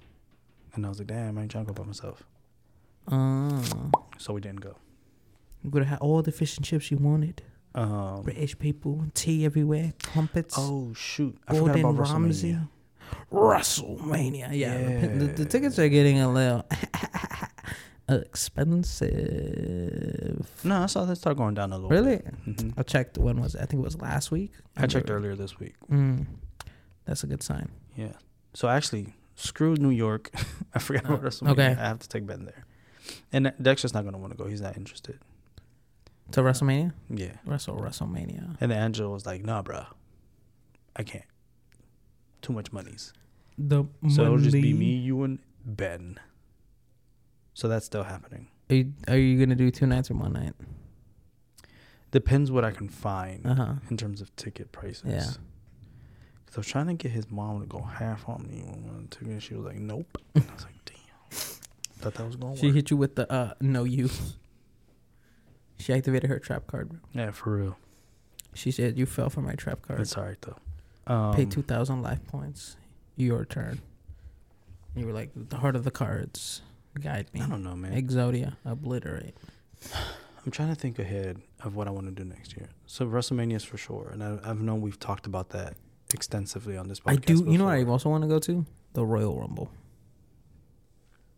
[SPEAKER 2] And I was like, "Damn, I ain't trying to go by myself."
[SPEAKER 1] Uh,
[SPEAKER 2] So we didn't go.
[SPEAKER 1] we could have had all the fish and chips you wanted.
[SPEAKER 2] Um,
[SPEAKER 1] British people, tea everywhere, crumpets.
[SPEAKER 2] oh shoot, I forgot
[SPEAKER 1] Gordon
[SPEAKER 2] about
[SPEAKER 1] Ramsay.
[SPEAKER 2] WrestleMania.
[SPEAKER 1] WrestleMania. Yeah. the- The, the
[SPEAKER 2] Yeah.
[SPEAKER 1] tickets are getting a little [laughs] expensive.
[SPEAKER 2] No, I saw that start going down a little.
[SPEAKER 1] Really?
[SPEAKER 2] hmm
[SPEAKER 1] I checked when was it? I think it was last week.
[SPEAKER 2] I checked
[SPEAKER 1] Or-
[SPEAKER 2] earlier this week.
[SPEAKER 1] Mm, that's a good sign.
[SPEAKER 2] Yeah. So actually, screw New York. [laughs] I forgot
[SPEAKER 1] Oh,
[SPEAKER 2] about WrestleMania.
[SPEAKER 1] okay.
[SPEAKER 2] I have to take Ben there. And Dexter's not gonna want to go. He's not interested.
[SPEAKER 1] To WrestleMania?
[SPEAKER 2] Yeah.
[SPEAKER 1] Wrestle WrestleMania.
[SPEAKER 2] And Angelo was like, "Nah, bro, I can't. Too much monies.
[SPEAKER 1] The
[SPEAKER 2] So it'll just be me, you, and Ben. So that's still happening."
[SPEAKER 1] Are you, are you gonna do two nights or one night?
[SPEAKER 2] Depends what I can find
[SPEAKER 1] Uh huh.
[SPEAKER 2] in terms of ticket prices.
[SPEAKER 1] Yeah.
[SPEAKER 2] Cause I was trying to get his mom to go half on me when we took it. She was like, "Nope." And I was like, "Damn." Thought that was gonna
[SPEAKER 1] She
[SPEAKER 2] work.
[SPEAKER 1] hit you with the uh no you. [laughs] She activated her trap card. bro.
[SPEAKER 2] yeah, for real.
[SPEAKER 1] She said you fell for my trap card.
[SPEAKER 2] It's alright though. Um,
[SPEAKER 1] Pay two thousand life points. Your turn. You were like the heart of the cards. Guide me.
[SPEAKER 2] I don't know, man.
[SPEAKER 1] Exodia. Obliterate.
[SPEAKER 2] I'm trying to think ahead of what I want to do next year. So WrestleMania is for sure, and I, I've known we've talked about that extensively on this podcast.
[SPEAKER 1] I do. You know what I
[SPEAKER 2] before.
[SPEAKER 1] also want to go to the Royal Rumble.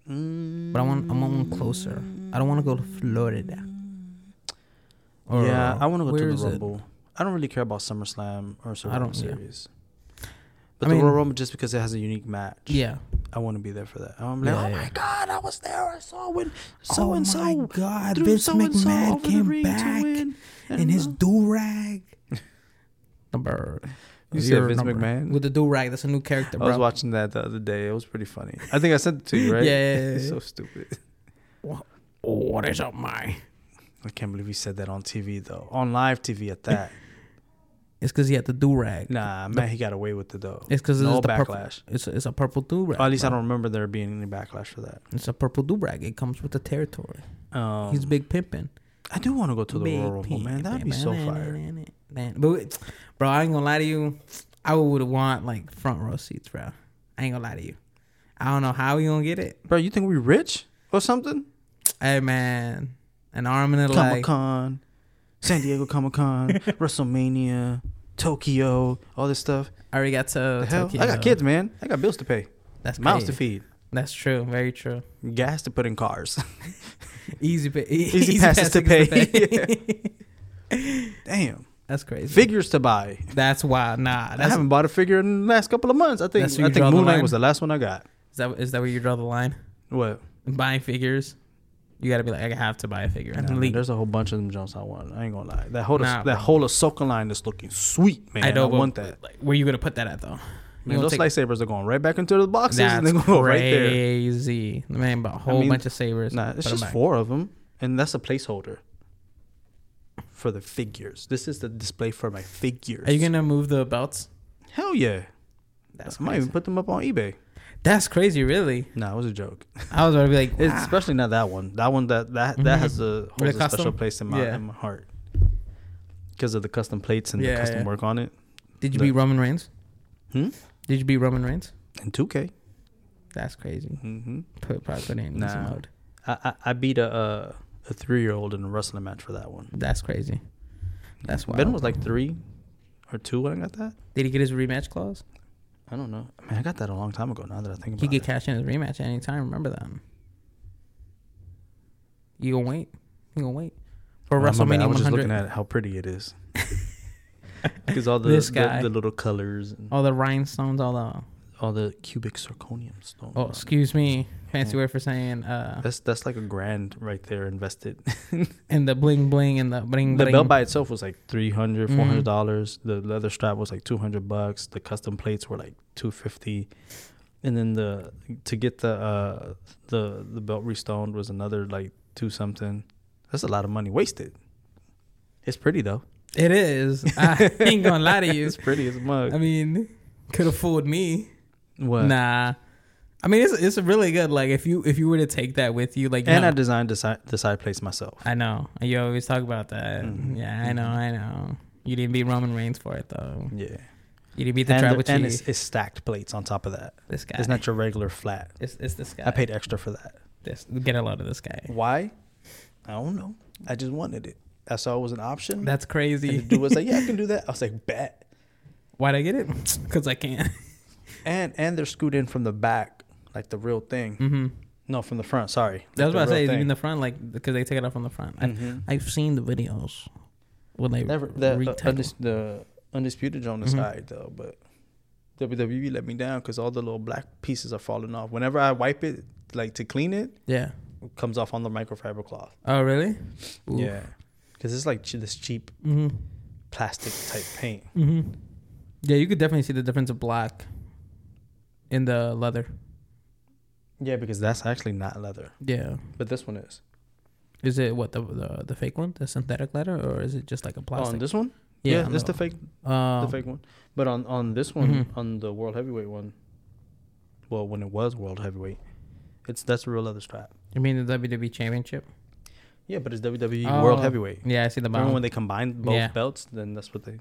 [SPEAKER 2] Mm,
[SPEAKER 1] But I want I want one closer. I don't want to go to Florida. Or-
[SPEAKER 2] yeah, I want to go
[SPEAKER 1] where
[SPEAKER 2] to
[SPEAKER 1] is
[SPEAKER 2] the
[SPEAKER 1] it?
[SPEAKER 2] Rumble. I don't really care about SummerSlam or Survivor
[SPEAKER 1] don't- yeah.
[SPEAKER 2] Series. But
[SPEAKER 1] I
[SPEAKER 2] the
[SPEAKER 1] mean-
[SPEAKER 2] Royal Rumble, just because it has a unique match,
[SPEAKER 1] Yeah.
[SPEAKER 2] I want to be there for that. I'm like,
[SPEAKER 1] Yeah,
[SPEAKER 2] oh
[SPEAKER 1] yeah.
[SPEAKER 2] my god, I was there. I saw when so and
[SPEAKER 1] Oh my
[SPEAKER 2] so
[SPEAKER 1] God,
[SPEAKER 2] threw
[SPEAKER 1] Vince
[SPEAKER 2] so and so
[SPEAKER 1] McMahon
[SPEAKER 2] over the
[SPEAKER 1] came
[SPEAKER 2] ring to
[SPEAKER 1] back
[SPEAKER 2] win,
[SPEAKER 1] in his
[SPEAKER 2] uh,
[SPEAKER 1] do
[SPEAKER 2] [laughs]
[SPEAKER 1] rag. Number.
[SPEAKER 2] You said
[SPEAKER 1] zero
[SPEAKER 2] Vince McMahon?
[SPEAKER 1] with the do rag. That's a new character,
[SPEAKER 2] I
[SPEAKER 1] bro.
[SPEAKER 2] was watching that the other day. It was pretty funny. I think I sent it
[SPEAKER 1] [laughs]
[SPEAKER 2] to you, right?
[SPEAKER 1] Yeah, yeah, yeah,
[SPEAKER 2] it's
[SPEAKER 1] yeah.
[SPEAKER 2] [laughs] so stupid. Oh,
[SPEAKER 1] what is up, my? [laughs]
[SPEAKER 2] I can't believe he said that on TV though, on live TV at that.
[SPEAKER 1] It's because he had the do rag.
[SPEAKER 2] Nah, man, he got away with it though.
[SPEAKER 1] It's because
[SPEAKER 2] no
[SPEAKER 1] it's the
[SPEAKER 2] backlash.
[SPEAKER 1] Purple, it's a, it's a purple do rag.
[SPEAKER 2] Or at least I don't remember there being any backlash for that.
[SPEAKER 1] It's a purple do rag. It comes with the territory.
[SPEAKER 2] Um,
[SPEAKER 1] He's big pimpin.
[SPEAKER 2] I do want to go to the
[SPEAKER 1] Big
[SPEAKER 2] Royal Rumble, man. That'd be so
[SPEAKER 1] pimpin'.
[SPEAKER 2] fire.
[SPEAKER 1] Man, but wait, bro, I ain't gonna lie to you. I would want like front row seats, bro. I ain't gonna lie to you. I don't know how you gonna get it.
[SPEAKER 2] Bro, you think we rich or something?
[SPEAKER 1] Hey man, an arm and a
[SPEAKER 2] Comic
[SPEAKER 1] leg.
[SPEAKER 2] Con, San Diego
[SPEAKER 1] [laughs]
[SPEAKER 2] Comic Con, WrestleMania, Tokyo, all this stuff.
[SPEAKER 1] I already got to
[SPEAKER 2] The hell,
[SPEAKER 1] Tokyo.
[SPEAKER 2] I got kids, man. I got bills to pay,
[SPEAKER 1] That's crazy.
[SPEAKER 2] mouths to feed,
[SPEAKER 1] That's true. Very true.
[SPEAKER 2] gas to put in cars. [laughs]
[SPEAKER 1] Easy, pay,
[SPEAKER 2] Easy passes to
[SPEAKER 1] tickets
[SPEAKER 2] [laughs] Damn,
[SPEAKER 1] That's crazy.
[SPEAKER 2] figures to buy.
[SPEAKER 1] That's why. Nah.
[SPEAKER 2] I
[SPEAKER 1] That's,
[SPEAKER 2] haven't bought a figure in the last couple of months. I think
[SPEAKER 1] That's where
[SPEAKER 2] I
[SPEAKER 1] you
[SPEAKER 2] think
[SPEAKER 1] draw the
[SPEAKER 2] Moon Knight
[SPEAKER 1] line?
[SPEAKER 2] was the last one I got.
[SPEAKER 1] is that is that where you draw the line?
[SPEAKER 2] What?
[SPEAKER 1] Buying figures. You gotta be like, I have to buy a figure.
[SPEAKER 2] Nah,
[SPEAKER 1] And
[SPEAKER 2] man,
[SPEAKER 1] leak.
[SPEAKER 2] there's a whole bunch of them Jones I want. I ain't gonna lie. That whole
[SPEAKER 1] Nah,
[SPEAKER 2] that whole Ahsoka line is looking sweet, man. I,
[SPEAKER 1] know, but,
[SPEAKER 2] want that.
[SPEAKER 1] Like, where you gonna put that at though?
[SPEAKER 2] Man,
[SPEAKER 1] gonna
[SPEAKER 2] those
[SPEAKER 1] take-
[SPEAKER 2] lightsabers are going right back into the boxes and
[SPEAKER 1] That's
[SPEAKER 2] they're going to go right there.
[SPEAKER 1] crazy, man. But a whole
[SPEAKER 2] mean,
[SPEAKER 1] bunch of sabers.
[SPEAKER 2] Nah, it's
[SPEAKER 1] Put 'em
[SPEAKER 2] just
[SPEAKER 1] back.
[SPEAKER 2] four of them, and that's a placeholder for the figures. This is the display for my figures.
[SPEAKER 1] Are you gonna move the belts?
[SPEAKER 2] Hell yeah!
[SPEAKER 1] That's
[SPEAKER 2] I might even
[SPEAKER 1] crazy.
[SPEAKER 2] put them up on eBay.
[SPEAKER 1] That's crazy, really.
[SPEAKER 2] Nah, it was a joke.
[SPEAKER 1] I was gonna be like,
[SPEAKER 2] It's
[SPEAKER 1] "Wow."
[SPEAKER 2] especially not that one. That one that that that has a,
[SPEAKER 1] Really
[SPEAKER 2] holds a
[SPEAKER 1] Mm-hmm.
[SPEAKER 2] special
[SPEAKER 1] custom?
[SPEAKER 2] place in my,
[SPEAKER 1] Yeah.
[SPEAKER 2] in my heart because of the custom plates and
[SPEAKER 1] Yeah,
[SPEAKER 2] the custom
[SPEAKER 1] yeah.
[SPEAKER 2] work on it.
[SPEAKER 1] did you
[SPEAKER 2] the-
[SPEAKER 1] beat Roman Reigns?
[SPEAKER 2] Hmm?
[SPEAKER 1] Did you beat Roman Reigns?
[SPEAKER 2] And 2K.
[SPEAKER 1] That's crazy.
[SPEAKER 2] hmm
[SPEAKER 1] Put probably put it in easy
[SPEAKER 2] Nah.
[SPEAKER 1] mode.
[SPEAKER 2] I, I I beat a a, a three year old in a wrestling match for that one.
[SPEAKER 1] That's crazy. That's why.
[SPEAKER 2] Ben was like three or two when I got that.
[SPEAKER 1] Did he get his rematch clause?
[SPEAKER 2] I don't know. I mean, I got that a long time ago. Now that I think about
[SPEAKER 1] He could
[SPEAKER 2] it,
[SPEAKER 1] cash in his rematch at any time. Remember that. You gonna wait? You gonna wait for
[SPEAKER 2] I remember- Oh, I
[SPEAKER 1] WrestleMania
[SPEAKER 2] was just looking
[SPEAKER 1] 100?
[SPEAKER 2] at how pretty
[SPEAKER 1] [laughs]
[SPEAKER 2] it is. Because all the,
[SPEAKER 1] This
[SPEAKER 2] the-
[SPEAKER 1] guy. Oh.
[SPEAKER 2] the little colors, and
[SPEAKER 1] All the rhinestones, all the
[SPEAKER 2] all the cubic zirconium stone.
[SPEAKER 1] oh,
[SPEAKER 2] on it.
[SPEAKER 1] excuse me, fancy
[SPEAKER 2] Yeah.
[SPEAKER 1] word for saying uh,
[SPEAKER 2] That's that's like a grand right there invested.
[SPEAKER 1] and the bling bling and the bling
[SPEAKER 2] the
[SPEAKER 1] bling.
[SPEAKER 2] belt by itself was like 300
[SPEAKER 1] Mhm.
[SPEAKER 2] 400 dollars. The leather strap was like two hundred bucks. The custom plates were like two fifty, and then the to get the uh, the the belt restoned was another like two something. That's a lot of money wasted. It's pretty though.
[SPEAKER 1] It is. [laughs]
[SPEAKER 2] [laughs]
[SPEAKER 1] I ain't gonna lie to you.
[SPEAKER 2] It's pretty as mug.
[SPEAKER 1] I mean, could have fooled me.
[SPEAKER 2] what?
[SPEAKER 1] Nah. I mean, it's it's really good. Like if you if you were to take that with you, like
[SPEAKER 2] And
[SPEAKER 1] no.
[SPEAKER 2] I designed the side, the side place myself.
[SPEAKER 1] I know. You always talk about that.
[SPEAKER 2] Mhm.
[SPEAKER 1] Yeah, I know, I know. You didn't beat Roman Reigns for it though.
[SPEAKER 2] Yeah.
[SPEAKER 1] You didn't beat the
[SPEAKER 2] and
[SPEAKER 1] tribal
[SPEAKER 2] the- and it's,
[SPEAKER 1] chief.
[SPEAKER 2] it's stacked plates on top of that.
[SPEAKER 1] this guy.
[SPEAKER 2] It's not your regular flat.
[SPEAKER 1] It's, it's this guy.
[SPEAKER 2] I paid extra for that.
[SPEAKER 1] this. Get a load of this guy.
[SPEAKER 2] Why? I don't know. I just wanted it. I saw it was an option.
[SPEAKER 1] That's
[SPEAKER 2] and the
[SPEAKER 1] crazy.
[SPEAKER 2] dude was like, "Yeah, I can
[SPEAKER 1] [laughs]
[SPEAKER 2] do that." I was like, "Bet."
[SPEAKER 1] Why'd I get it? [laughs] Because I can.
[SPEAKER 2] And and they're screwed in from the back, like the real thing.
[SPEAKER 1] mm-hmm.
[SPEAKER 2] No, from the front. Sorry.
[SPEAKER 1] That was
[SPEAKER 2] Like
[SPEAKER 1] about to
[SPEAKER 2] the
[SPEAKER 1] say
[SPEAKER 2] real
[SPEAKER 1] in
[SPEAKER 2] thing.
[SPEAKER 1] the front, like because they take it off from the front.
[SPEAKER 2] Mhm.
[SPEAKER 1] I, I've seen the videos when they
[SPEAKER 2] Never uh, the, the,
[SPEAKER 1] retitle.
[SPEAKER 2] undis- the undisputed on the
[SPEAKER 1] Mhm.
[SPEAKER 2] side though, but WWE let me down because all the little black pieces are falling off. Whenever I wipe it, like to clean it,
[SPEAKER 1] yeah.
[SPEAKER 2] it comes off on the microfiber cloth.
[SPEAKER 1] Oh really? Ooh.
[SPEAKER 2] Yeah, because it's like che- this cheap
[SPEAKER 1] hmm
[SPEAKER 2] plastic type paint.
[SPEAKER 1] hmm Yeah, you could definitely see the difference of black in the leather.
[SPEAKER 2] Yeah, because that's actually not leather,
[SPEAKER 1] Yeah.
[SPEAKER 2] but this one is.
[SPEAKER 1] Is it what the the, the fake one, the synthetic leather, or is it just like a
[SPEAKER 2] Oh, on
[SPEAKER 1] plastic?
[SPEAKER 2] this one?
[SPEAKER 1] Yeah,
[SPEAKER 2] Yeah,
[SPEAKER 1] on
[SPEAKER 2] that's
[SPEAKER 1] the-
[SPEAKER 2] the fake,
[SPEAKER 1] Um,
[SPEAKER 2] the fake one. But on on this one,
[SPEAKER 1] Mhm.
[SPEAKER 2] on the world heavyweight one, well, when it was world heavyweight, it's that's a real leather strap.
[SPEAKER 1] You mean the WWE Championship?
[SPEAKER 2] Yeah, but it's WWE
[SPEAKER 1] Oh.
[SPEAKER 2] world heavyweight.
[SPEAKER 1] Yeah, I see the
[SPEAKER 2] Remember
[SPEAKER 1] bottom.
[SPEAKER 2] when they combined both
[SPEAKER 1] Yeah.
[SPEAKER 2] belts? Then that's what they.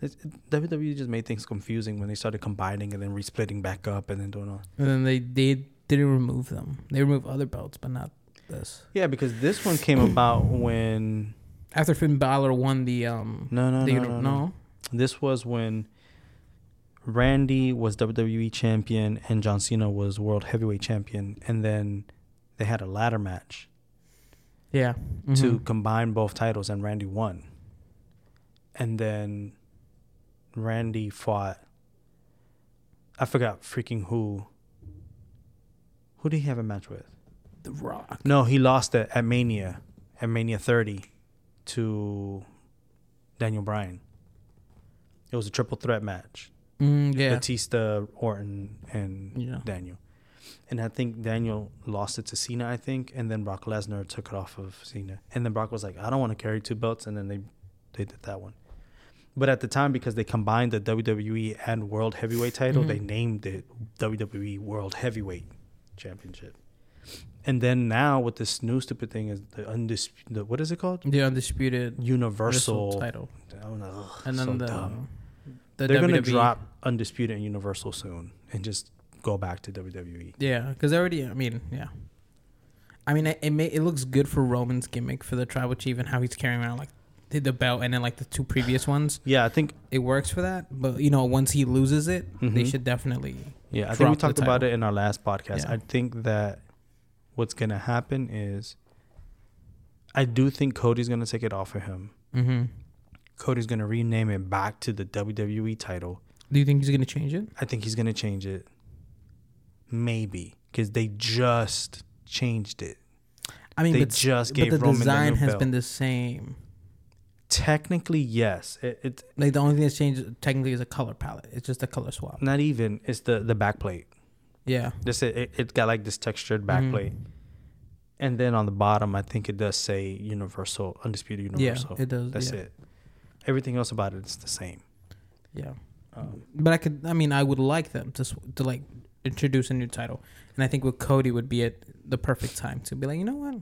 [SPEAKER 2] It, it, WWE just made things confusing when they started combining and then resplitting back up and then doing all.
[SPEAKER 1] and then they they didn't remove them. They removed other belts, but not this.
[SPEAKER 2] Yeah, because this one
[SPEAKER 1] [coughs]
[SPEAKER 2] came about when
[SPEAKER 1] After Finn Balor won the um,
[SPEAKER 2] no no
[SPEAKER 1] the,
[SPEAKER 2] no, no, no. This was when Randy was WWE champion and John Cena was world heavyweight champion, and then they had a ladder match
[SPEAKER 1] yeah,
[SPEAKER 2] to
[SPEAKER 1] Mhm.
[SPEAKER 2] combine both titles, and Randy won. And then Randy fought. I forgot freaking who. Who did he have a match with?
[SPEAKER 1] the Rock.
[SPEAKER 2] No, he lost at, at Mania, at Mania 30, to Daniel Bryan. It was a triple threat match.
[SPEAKER 1] Mm, yeah,
[SPEAKER 2] Batista, Orton, and
[SPEAKER 1] Yeah.
[SPEAKER 2] Daniel. And I think Daniel lost it to Cena, I think, and then Brock Lesnar took it off of Cena. And then Brock was like, "I don't want to carry two belts," and then they they did that one. But at the time, because they combined the WWE and World Heavyweight title,
[SPEAKER 1] Mm-hmm.
[SPEAKER 2] they named it WWE World Heavyweight Championship. And then now with this new stupid thing is the undisputed. What is it called?
[SPEAKER 1] The undisputed
[SPEAKER 2] Universal.
[SPEAKER 1] universal title,
[SPEAKER 2] I don't know. Ugh,
[SPEAKER 1] and then
[SPEAKER 2] so
[SPEAKER 1] the,
[SPEAKER 2] dumb.
[SPEAKER 1] the E.
[SPEAKER 2] they're gonna
[SPEAKER 1] WWE
[SPEAKER 2] drop undisputed and Universal soon, and just go back to E. WWE.
[SPEAKER 1] Yeah, because already, I mean, yeah. I mean, it it, may, it looks good for Roman's gimmick for the tribal chief and how he's carrying around like the- the belt and then like the two previous ones.
[SPEAKER 2] Yeah, I think.
[SPEAKER 1] It works for that, but you know, once he loses it, they
[SPEAKER 2] Mhm.
[SPEAKER 1] should definitely.
[SPEAKER 2] Yeah, I
[SPEAKER 1] Drop
[SPEAKER 2] think we
[SPEAKER 1] the
[SPEAKER 2] talked about
[SPEAKER 1] title.
[SPEAKER 2] it in our last podcast.
[SPEAKER 1] Yeah.
[SPEAKER 2] I think that what's gonna happen is, I do think Cody's gonna take it off of him.
[SPEAKER 1] hmm
[SPEAKER 2] Cody's gonna rename it back to the WWE title.
[SPEAKER 1] Do you think he's gonna change it?
[SPEAKER 2] I think he's gonna change it. Maybe because they just changed it.
[SPEAKER 1] I mean,
[SPEAKER 2] They
[SPEAKER 1] but, s-
[SPEAKER 2] just
[SPEAKER 1] but
[SPEAKER 2] gave
[SPEAKER 1] the
[SPEAKER 2] Roman the
[SPEAKER 1] design
[SPEAKER 2] new
[SPEAKER 1] has
[SPEAKER 2] belt.
[SPEAKER 1] been the same.
[SPEAKER 2] Technically, yes. It, it
[SPEAKER 1] Like the only thing that's changed technically is a color palette. It's just a color swap.
[SPEAKER 2] not even. It's the the backplate.
[SPEAKER 1] Yeah,
[SPEAKER 2] This it, it- it got like this textured
[SPEAKER 1] Mm-hmm.
[SPEAKER 2] backplate, and then on the bottom, I think it does say Universal Undisputed Universal.
[SPEAKER 1] it does,
[SPEAKER 2] That's
[SPEAKER 1] yeah.
[SPEAKER 2] it. Everything else about it is the same.
[SPEAKER 1] yeah.
[SPEAKER 2] Um,
[SPEAKER 1] But I could. I mean, I would like them to sw- to like introduce a new title, and I think with Cody would be at the perfect time to be like, you know what,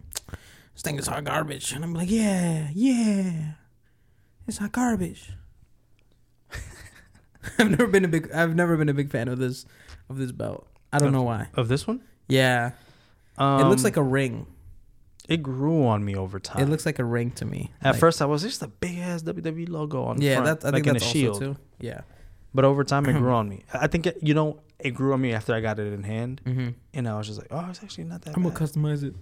[SPEAKER 1] this thing is hot garbage, and I'm like, yeah, yeah, it's hot garbage. [laughs] I've never been a big. I've never been a big fan of this of this belt. I don't know why.
[SPEAKER 2] of this one,
[SPEAKER 1] Yeah,
[SPEAKER 2] um,
[SPEAKER 1] it looks like a ring.
[SPEAKER 2] it grew on me over time.
[SPEAKER 1] It looks like a ring to me.
[SPEAKER 2] At
[SPEAKER 1] Like-
[SPEAKER 2] first, I was just a big ass WWE logo on
[SPEAKER 1] yeah,
[SPEAKER 2] the front,
[SPEAKER 1] that's I
[SPEAKER 2] like
[SPEAKER 1] think
[SPEAKER 2] in
[SPEAKER 1] that's
[SPEAKER 2] a
[SPEAKER 1] also
[SPEAKER 2] shield.
[SPEAKER 1] too. Yeah.
[SPEAKER 2] But over time, it
[SPEAKER 1] [clears throat]
[SPEAKER 2] grew on me. I think it, you know it grew on me after I got it in hand,
[SPEAKER 1] Mm-hmm.
[SPEAKER 2] and I was just like, oh, it's actually not that.
[SPEAKER 1] I'm gonna
[SPEAKER 2] bad.
[SPEAKER 1] customize it.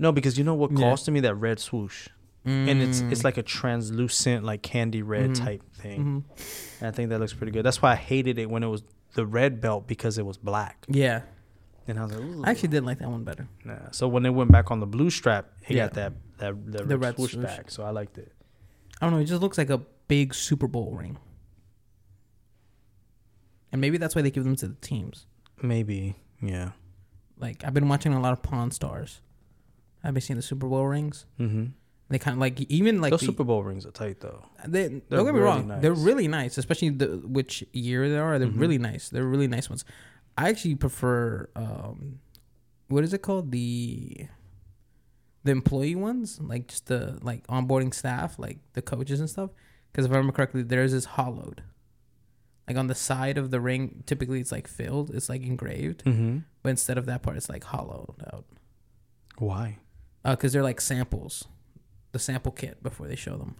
[SPEAKER 2] no, because you know what
[SPEAKER 1] Yeah. Mm.
[SPEAKER 2] caused to me that red swoosh, and it's it's like a translucent like candy red
[SPEAKER 1] Mhm.
[SPEAKER 2] type thing,
[SPEAKER 1] Mhm.
[SPEAKER 2] and I think that looks pretty good. That's why I hated it when it was the red belt because it was black,
[SPEAKER 1] Yeah,
[SPEAKER 2] and I was like, Ooh.
[SPEAKER 1] I actually did like that one better.
[SPEAKER 2] nah. So when it went back on the blue strap, it
[SPEAKER 1] Yeah.
[SPEAKER 2] got that that, that
[SPEAKER 1] The
[SPEAKER 2] red,
[SPEAKER 1] red
[SPEAKER 2] swoosh,
[SPEAKER 1] swoosh.
[SPEAKER 2] back. So I liked it.
[SPEAKER 1] I don't know. It just looks like a big Super Bowl ring. And maybe that's why they give them to the teams.
[SPEAKER 2] Maybe, yeah.
[SPEAKER 1] Like I've been watching a lot of Pawn Stars. I've been seeing the Super Bowl rings.
[SPEAKER 2] Mm-hmm.
[SPEAKER 1] They kind of like even like
[SPEAKER 2] Those
[SPEAKER 1] the-
[SPEAKER 2] Super Bowl rings are tight though.
[SPEAKER 1] they, don't get me
[SPEAKER 2] really
[SPEAKER 1] wrong, they're
[SPEAKER 2] nice. Mm-hmm.
[SPEAKER 1] really nice, especially the which year they are. They're really nice. They're really nice ones. I actually prefer um, what is it called the the employee ones, like just the like onboarding staff, like the coaches and stuff. Because if I remember correctly, theirs is hollowed. Like on the side of the ring, typically it's like filled, it's like engraved,
[SPEAKER 2] Mm-hmm.
[SPEAKER 1] but instead of that part, it's like hollowed out.
[SPEAKER 2] Why?
[SPEAKER 1] Because they're like samples, the sample kit before they show them.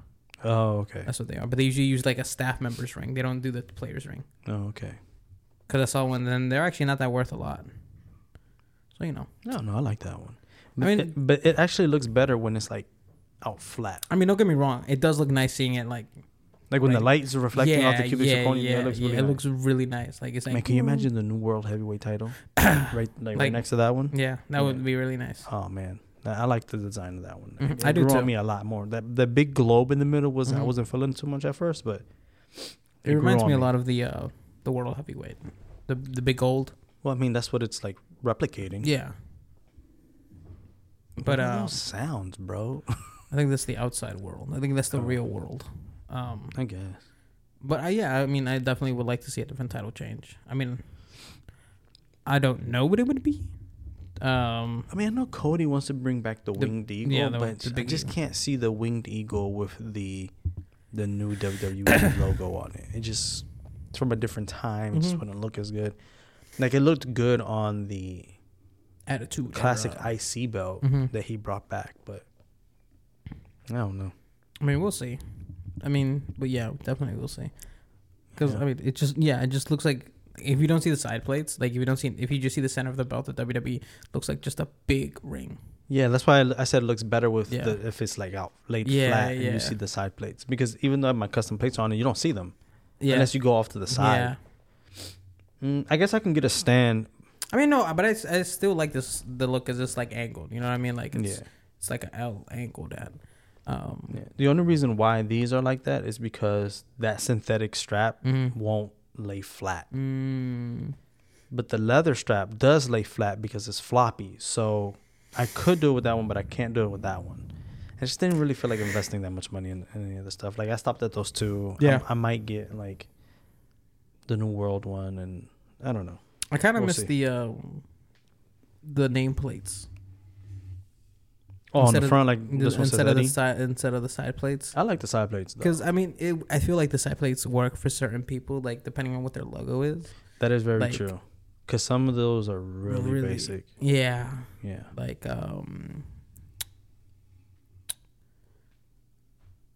[SPEAKER 2] Oh, okay.
[SPEAKER 1] That's what they are. But they usually use like a staff member's ring. They don't do the player's ring.
[SPEAKER 2] Oh, okay.
[SPEAKER 1] Because I saw one, then they're actually not that worth a lot. So, you know.
[SPEAKER 2] No, no, I like that one.
[SPEAKER 1] I
[SPEAKER 2] But
[SPEAKER 1] mean-
[SPEAKER 2] it, but it actually looks better when it's like out flat.
[SPEAKER 1] I mean, don't get me wrong. It does look nice seeing it like.
[SPEAKER 2] Like when the
[SPEAKER 1] Like-
[SPEAKER 2] lights are reflecting off the cubic zirconia,
[SPEAKER 1] yeah,
[SPEAKER 2] it looks
[SPEAKER 1] yeah,
[SPEAKER 2] really
[SPEAKER 1] it
[SPEAKER 2] nice.
[SPEAKER 1] looks really nice. Like, it's like.
[SPEAKER 2] Man, can you imagine the new world heavyweight title? [coughs] right, like,
[SPEAKER 1] Like-
[SPEAKER 2] right next to that one.
[SPEAKER 1] Yeah, that would be really nice.
[SPEAKER 2] Oh man, I I like the design of that one.
[SPEAKER 1] Mhm,
[SPEAKER 2] It
[SPEAKER 1] I do
[SPEAKER 2] grew on
[SPEAKER 1] too.
[SPEAKER 2] me a lot more. That the big globe in the middle was I
[SPEAKER 1] Mhm.
[SPEAKER 2] wasn't feeling too much at first, but
[SPEAKER 1] It,
[SPEAKER 2] grew
[SPEAKER 1] reminds
[SPEAKER 2] on
[SPEAKER 1] me a lot of the uh, the World Heavyweight. The the big gold.
[SPEAKER 2] Well, I mean that's what it's like replicating.
[SPEAKER 1] Yeah. But
[SPEAKER 2] Look at
[SPEAKER 1] uh,
[SPEAKER 2] those
[SPEAKER 1] [laughs]
[SPEAKER 2] sounds, bro.
[SPEAKER 1] I think that's the outside world. I think that's the
[SPEAKER 2] Oh.
[SPEAKER 1] real world. Um,
[SPEAKER 2] I guess.
[SPEAKER 1] But I, yeah, I mean, I definitely would like to see a different title change. I mean, I don't know what it would be. Um,
[SPEAKER 2] I mean, I know Cody wants to bring back the, winged eagle,
[SPEAKER 1] yeah, the-
[SPEAKER 2] but
[SPEAKER 1] the
[SPEAKER 2] I
[SPEAKER 1] big
[SPEAKER 2] just
[SPEAKER 1] eagle.
[SPEAKER 2] can't see the winged eagle with the the
[SPEAKER 1] [coughs]
[SPEAKER 2] new WWE logo on it. It just it's from a different time. It just
[SPEAKER 1] Mhm.
[SPEAKER 2] wouldn't look as good. Like it looked good on the
[SPEAKER 1] attitude.
[SPEAKER 2] classic IC belt
[SPEAKER 1] Mhm.
[SPEAKER 2] that he brought back, but I don't know.
[SPEAKER 1] I mean, we'll see. I mean, but yeah, definitely we'll see. Because
[SPEAKER 2] Yeah.
[SPEAKER 1] I mean, it just yeah, it just looks like if you don't see the side plates, like if you don't see if you just see the center of the belt, the WWE looks like just a big ring.
[SPEAKER 2] Yeah, that's why I, I said it looks better with
[SPEAKER 1] Yeah.
[SPEAKER 2] the, if it's like out laid
[SPEAKER 1] Yeah,
[SPEAKER 2] flat and
[SPEAKER 1] yeah.
[SPEAKER 2] you see the side plates because even though I have my custom plates on it, you don't see them
[SPEAKER 1] Yeah.
[SPEAKER 2] unless you go off to the
[SPEAKER 1] Yeah.
[SPEAKER 2] side. Mm, I guess I can get a stand.
[SPEAKER 1] I mean, no, but I, s- I still like this. The look is just like angled. You know what I mean? Like it's
[SPEAKER 2] Yeah.
[SPEAKER 1] it's like an L angled at. Um,
[SPEAKER 2] Yeah. The only reason why these are like that is because that synthetic strap
[SPEAKER 1] Mhm.
[SPEAKER 2] won't lay flat.
[SPEAKER 1] Mm,
[SPEAKER 2] But the leather strap does lay flat because it's floppy. So I could do it with that one, but I can't do it with that one. I just didn't really feel like investing that much money in, in any of the stuff. Like I stopped at those two.
[SPEAKER 1] Yeah.
[SPEAKER 2] I, I might get like the New World one, and I don't know.
[SPEAKER 1] I kind of
[SPEAKER 2] We'll
[SPEAKER 1] miss
[SPEAKER 2] see.
[SPEAKER 1] the uh, the nameplates
[SPEAKER 2] Oh, on
[SPEAKER 1] Instead
[SPEAKER 2] the
[SPEAKER 1] of-
[SPEAKER 2] front, like this one says
[SPEAKER 1] instead of the
[SPEAKER 2] Eddie.
[SPEAKER 1] side instead of the side plates.
[SPEAKER 2] I like the side plates though.
[SPEAKER 1] Because I mean, it, I feel like the side plates work for certain people, like depending on what their logo is.
[SPEAKER 2] That is very
[SPEAKER 1] like-
[SPEAKER 2] true. Because some of those are really,
[SPEAKER 1] Really-
[SPEAKER 2] basic.
[SPEAKER 1] Yeah,
[SPEAKER 2] Yeah.
[SPEAKER 1] like um,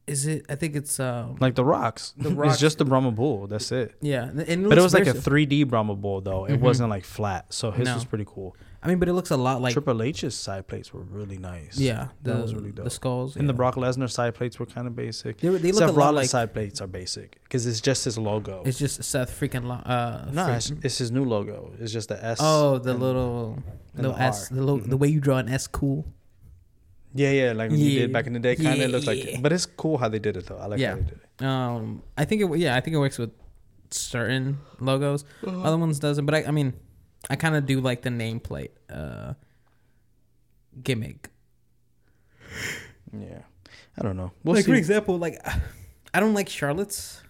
[SPEAKER 1] is it? I think it's um,
[SPEAKER 2] Like the rocks.
[SPEAKER 1] The
[SPEAKER 2] [laughs] it's
[SPEAKER 1] rocks-
[SPEAKER 2] just the Brahma Bull. That's it.
[SPEAKER 1] yeah, and it
[SPEAKER 2] But it was like a
[SPEAKER 1] a.
[SPEAKER 2] 3D Brahma Bull though. It
[SPEAKER 1] Mhm.
[SPEAKER 2] wasn't like flat. So his
[SPEAKER 1] No.
[SPEAKER 2] was pretty cool.
[SPEAKER 1] I mean, but it looks a lot like
[SPEAKER 2] Triple H's side plates were really nice.
[SPEAKER 1] yeah, the,
[SPEAKER 2] That was really
[SPEAKER 1] the
[SPEAKER 2] dope.
[SPEAKER 1] skulls
[SPEAKER 2] And the
[SPEAKER 1] yeah.
[SPEAKER 2] Brock Lesnar side plates were kind of basic.
[SPEAKER 1] They, they look a
[SPEAKER 2] Seth
[SPEAKER 1] lot
[SPEAKER 2] Rollins'
[SPEAKER 1] like
[SPEAKER 2] side plates are basic because it's just his logo.
[SPEAKER 1] it's just Seth freaking lo- uh
[SPEAKER 2] no,
[SPEAKER 1] freak-
[SPEAKER 2] it's, it's his new logo. It's just the S.
[SPEAKER 1] oh the
[SPEAKER 2] and-
[SPEAKER 1] little
[SPEAKER 2] and
[SPEAKER 1] little
[SPEAKER 2] the
[SPEAKER 1] S
[SPEAKER 2] R. Mm-hmm.
[SPEAKER 1] the little the way you draw an S cool
[SPEAKER 2] Yeah, yeah, like you
[SPEAKER 1] Yeah.
[SPEAKER 2] did back in the day. Kind of
[SPEAKER 1] Yeah,
[SPEAKER 2] looks
[SPEAKER 1] yeah.
[SPEAKER 2] like, but it's cool how they did it though. I like
[SPEAKER 1] Yeah.
[SPEAKER 2] how they did it.
[SPEAKER 1] Um, I think it. w- Yeah, I think it works with certain logos.
[SPEAKER 2] Uh-huh.
[SPEAKER 1] Other ones doesn't. But I, I mean, I kind of do like the nameplate uh, gimmick.
[SPEAKER 2] Yeah, I don't know. We'll
[SPEAKER 1] like
[SPEAKER 2] see.
[SPEAKER 1] for example, like [sighs] I don't like Charlotte's.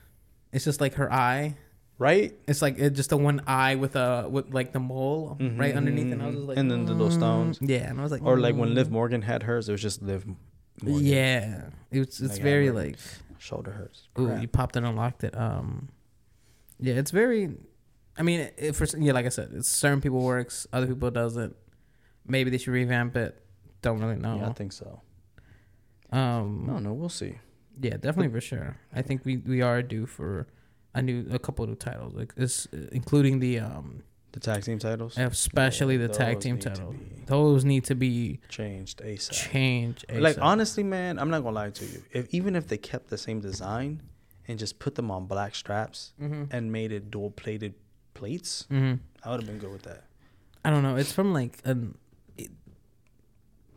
[SPEAKER 1] It's just like her eye.
[SPEAKER 2] Right?
[SPEAKER 1] It's like it, just the one eye with a with like the mole right underneath, and I was just like,
[SPEAKER 2] Mm-hmm.
[SPEAKER 1] mm.
[SPEAKER 2] and then the little stones,
[SPEAKER 1] yeah, and I was like,
[SPEAKER 2] or like when Liv
[SPEAKER 1] mm.
[SPEAKER 2] Morgan had hers, it was just Liv. Morgan.
[SPEAKER 1] yeah, it's it's
[SPEAKER 2] Like, I
[SPEAKER 1] very
[SPEAKER 2] remember.
[SPEAKER 1] like,
[SPEAKER 2] shoulder hurts.
[SPEAKER 1] ooh,
[SPEAKER 2] Crap.
[SPEAKER 1] you popped it, unlocked it. Um, yeah, it's very. I mean, it, for yeah, like I said, it's certain people works, other people doesn't. Maybe they should revamp it. Don't really know.
[SPEAKER 2] Yeah, I think so.
[SPEAKER 1] um,
[SPEAKER 2] No, no, we'll see.
[SPEAKER 1] yeah, definitely for sure. I think we we are due for a new a couple new titles, like this, including the um,
[SPEAKER 2] The tag team titles
[SPEAKER 1] especially
[SPEAKER 2] Yeah,
[SPEAKER 1] the tag
[SPEAKER 2] those
[SPEAKER 1] team
[SPEAKER 2] need to
[SPEAKER 1] title.
[SPEAKER 2] be-
[SPEAKER 1] Those need to be
[SPEAKER 2] changed ASAP.
[SPEAKER 1] changed.
[SPEAKER 2] Like
[SPEAKER 1] ASAP.
[SPEAKER 2] honestly, man, I'm not gonna lie to you. If even if they kept the same design and just put them on black straps and made it dual plated plates,
[SPEAKER 1] Mhm.
[SPEAKER 2] I would have been good with that.
[SPEAKER 1] I don't know. It's from like an. It,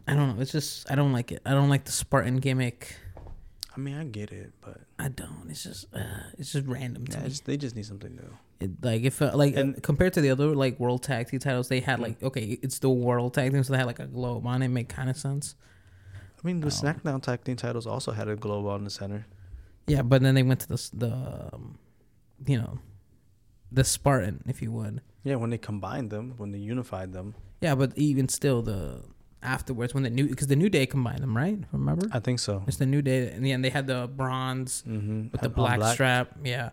[SPEAKER 1] I don't know. It's just I don't like it. I don't like the Spartan gimmick.
[SPEAKER 2] I mean, I get it, but
[SPEAKER 1] I don't. It's just uh, it's just random to
[SPEAKER 2] yeah,
[SPEAKER 1] me.
[SPEAKER 2] it's- they just need something new.
[SPEAKER 1] It- like if uh, like
[SPEAKER 2] And- Mm.
[SPEAKER 1] uh, compared to the other like world tag team titles, they had like okay, it's the world tag team, so they had like a globe on it. Make kind of sense.
[SPEAKER 2] I mean, the SmackDown tag team titles also had a globe on the center.
[SPEAKER 1] Yeah, but then they went to the s- the, um, you know, the Spartan, if you would.
[SPEAKER 2] Yeah, when they combined them, when they unified them,
[SPEAKER 1] Yeah, but even still, the afterwards when the new because the new day combined them, right? Remember?
[SPEAKER 2] I think so.
[SPEAKER 1] It's the new day, and yeah, and they had the bronze
[SPEAKER 2] Mm-hmm.
[SPEAKER 1] with the black, strap. Yeah,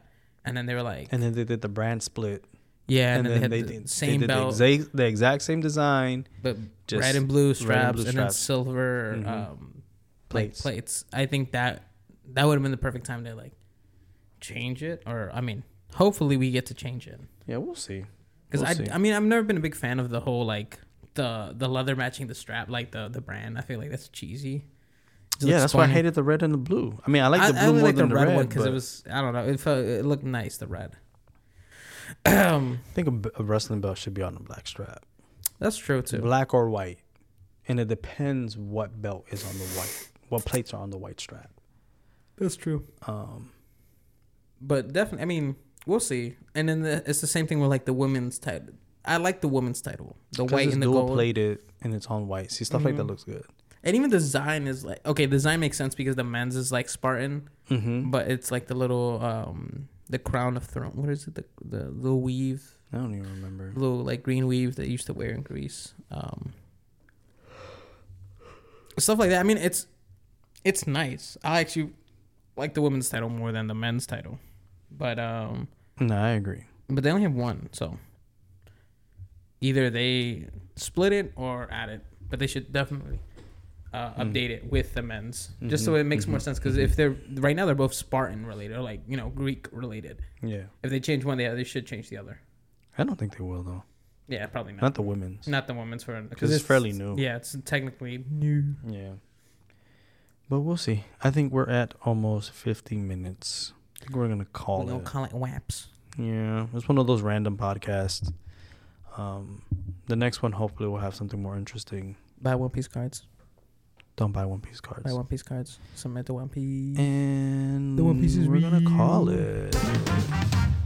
[SPEAKER 1] and then they were like,
[SPEAKER 2] And then they did the brand split.
[SPEAKER 1] yeah, and, then, they had the
[SPEAKER 2] did-
[SPEAKER 1] same
[SPEAKER 2] they did
[SPEAKER 1] belt,
[SPEAKER 2] The exact, the exact same design.
[SPEAKER 1] but
[SPEAKER 2] just
[SPEAKER 1] red and blue
[SPEAKER 2] blue
[SPEAKER 1] straps, and, then
[SPEAKER 2] straps.
[SPEAKER 1] silver
[SPEAKER 2] Mhm.
[SPEAKER 1] um, plates.
[SPEAKER 2] Plates.
[SPEAKER 1] Like plates. I think that that would have been the perfect time to like change it, or I mean, hopefully we get to change it
[SPEAKER 2] Yeah, we'll see.
[SPEAKER 1] because
[SPEAKER 2] We'll
[SPEAKER 1] I,
[SPEAKER 2] see.
[SPEAKER 1] I mean, I've never been a big fan of the whole like the the leather matching the strap, like the the brand. I feel like that's cheesy. It
[SPEAKER 2] yeah,
[SPEAKER 1] looks
[SPEAKER 2] that's why I
[SPEAKER 1] funny.
[SPEAKER 2] hated the red and the blue. I mean, I like the blue
[SPEAKER 1] only
[SPEAKER 2] more
[SPEAKER 1] liked
[SPEAKER 2] than the red,
[SPEAKER 1] because
[SPEAKER 2] but
[SPEAKER 1] it was I don't know it felt it looked nice the red. [clears throat] um,
[SPEAKER 2] I think a b- a, wrestling belt should be on a black strap,
[SPEAKER 1] that's true too.
[SPEAKER 2] black or white, and it depends what belt is on the white, what plates are on the white strap.
[SPEAKER 1] That's true.
[SPEAKER 2] Um,
[SPEAKER 1] But definitely, I mean, we'll see. And then the, it's the same thing with like the women's title. I like the women's title, the
[SPEAKER 2] 'cause
[SPEAKER 1] white
[SPEAKER 2] it's
[SPEAKER 1] and the
[SPEAKER 2] dual
[SPEAKER 1] gold, Mm-hmm.
[SPEAKER 2] plated and it's on white. See, stuff like that looks good.
[SPEAKER 1] and even the design is like okay. The design makes sense because the men's is like Spartan,
[SPEAKER 2] Mm-hmm.
[SPEAKER 1] but it's like the little um the crown of thorn. What is it? The the little weave,
[SPEAKER 2] I don't even remember.
[SPEAKER 1] little like green weave that you used to wear in Greece. Um, stuff like that. I mean, it's it's nice. I actually like the women's title more than the men's title, but um,
[SPEAKER 2] No, I agree.
[SPEAKER 1] but they only have one, so either they split it or add it. But they should definitely
[SPEAKER 2] Mm-hmm.
[SPEAKER 1] uh, update it with the men's, just so it makes more sense. Because if they're right now, they're both Spartan related, or like you know Greek related.
[SPEAKER 2] Yeah,
[SPEAKER 1] If they change one, they they should change the other.
[SPEAKER 2] I don't think they will though.
[SPEAKER 1] Yeah, probably not.
[SPEAKER 2] Not the women's.
[SPEAKER 1] Not the women's for
[SPEAKER 2] because it's fairly new.
[SPEAKER 1] Yeah, it's technically new.
[SPEAKER 2] Yeah. But we'll see. I think we're at almost 50 minutes. I think we're going to
[SPEAKER 1] We're
[SPEAKER 2] call
[SPEAKER 1] gonna
[SPEAKER 2] it.
[SPEAKER 1] call it WAPS.
[SPEAKER 2] yeah. It's one of those random podcasts. Um, the next one, hopefully, will have something more interesting.
[SPEAKER 1] Buy One Piece cards.
[SPEAKER 2] Don't buy One Piece cards.
[SPEAKER 1] Buy One Piece cards. Submit the One Piece.
[SPEAKER 2] And
[SPEAKER 1] The One Piece is
[SPEAKER 2] we're going to call
[SPEAKER 1] real.
[SPEAKER 2] it.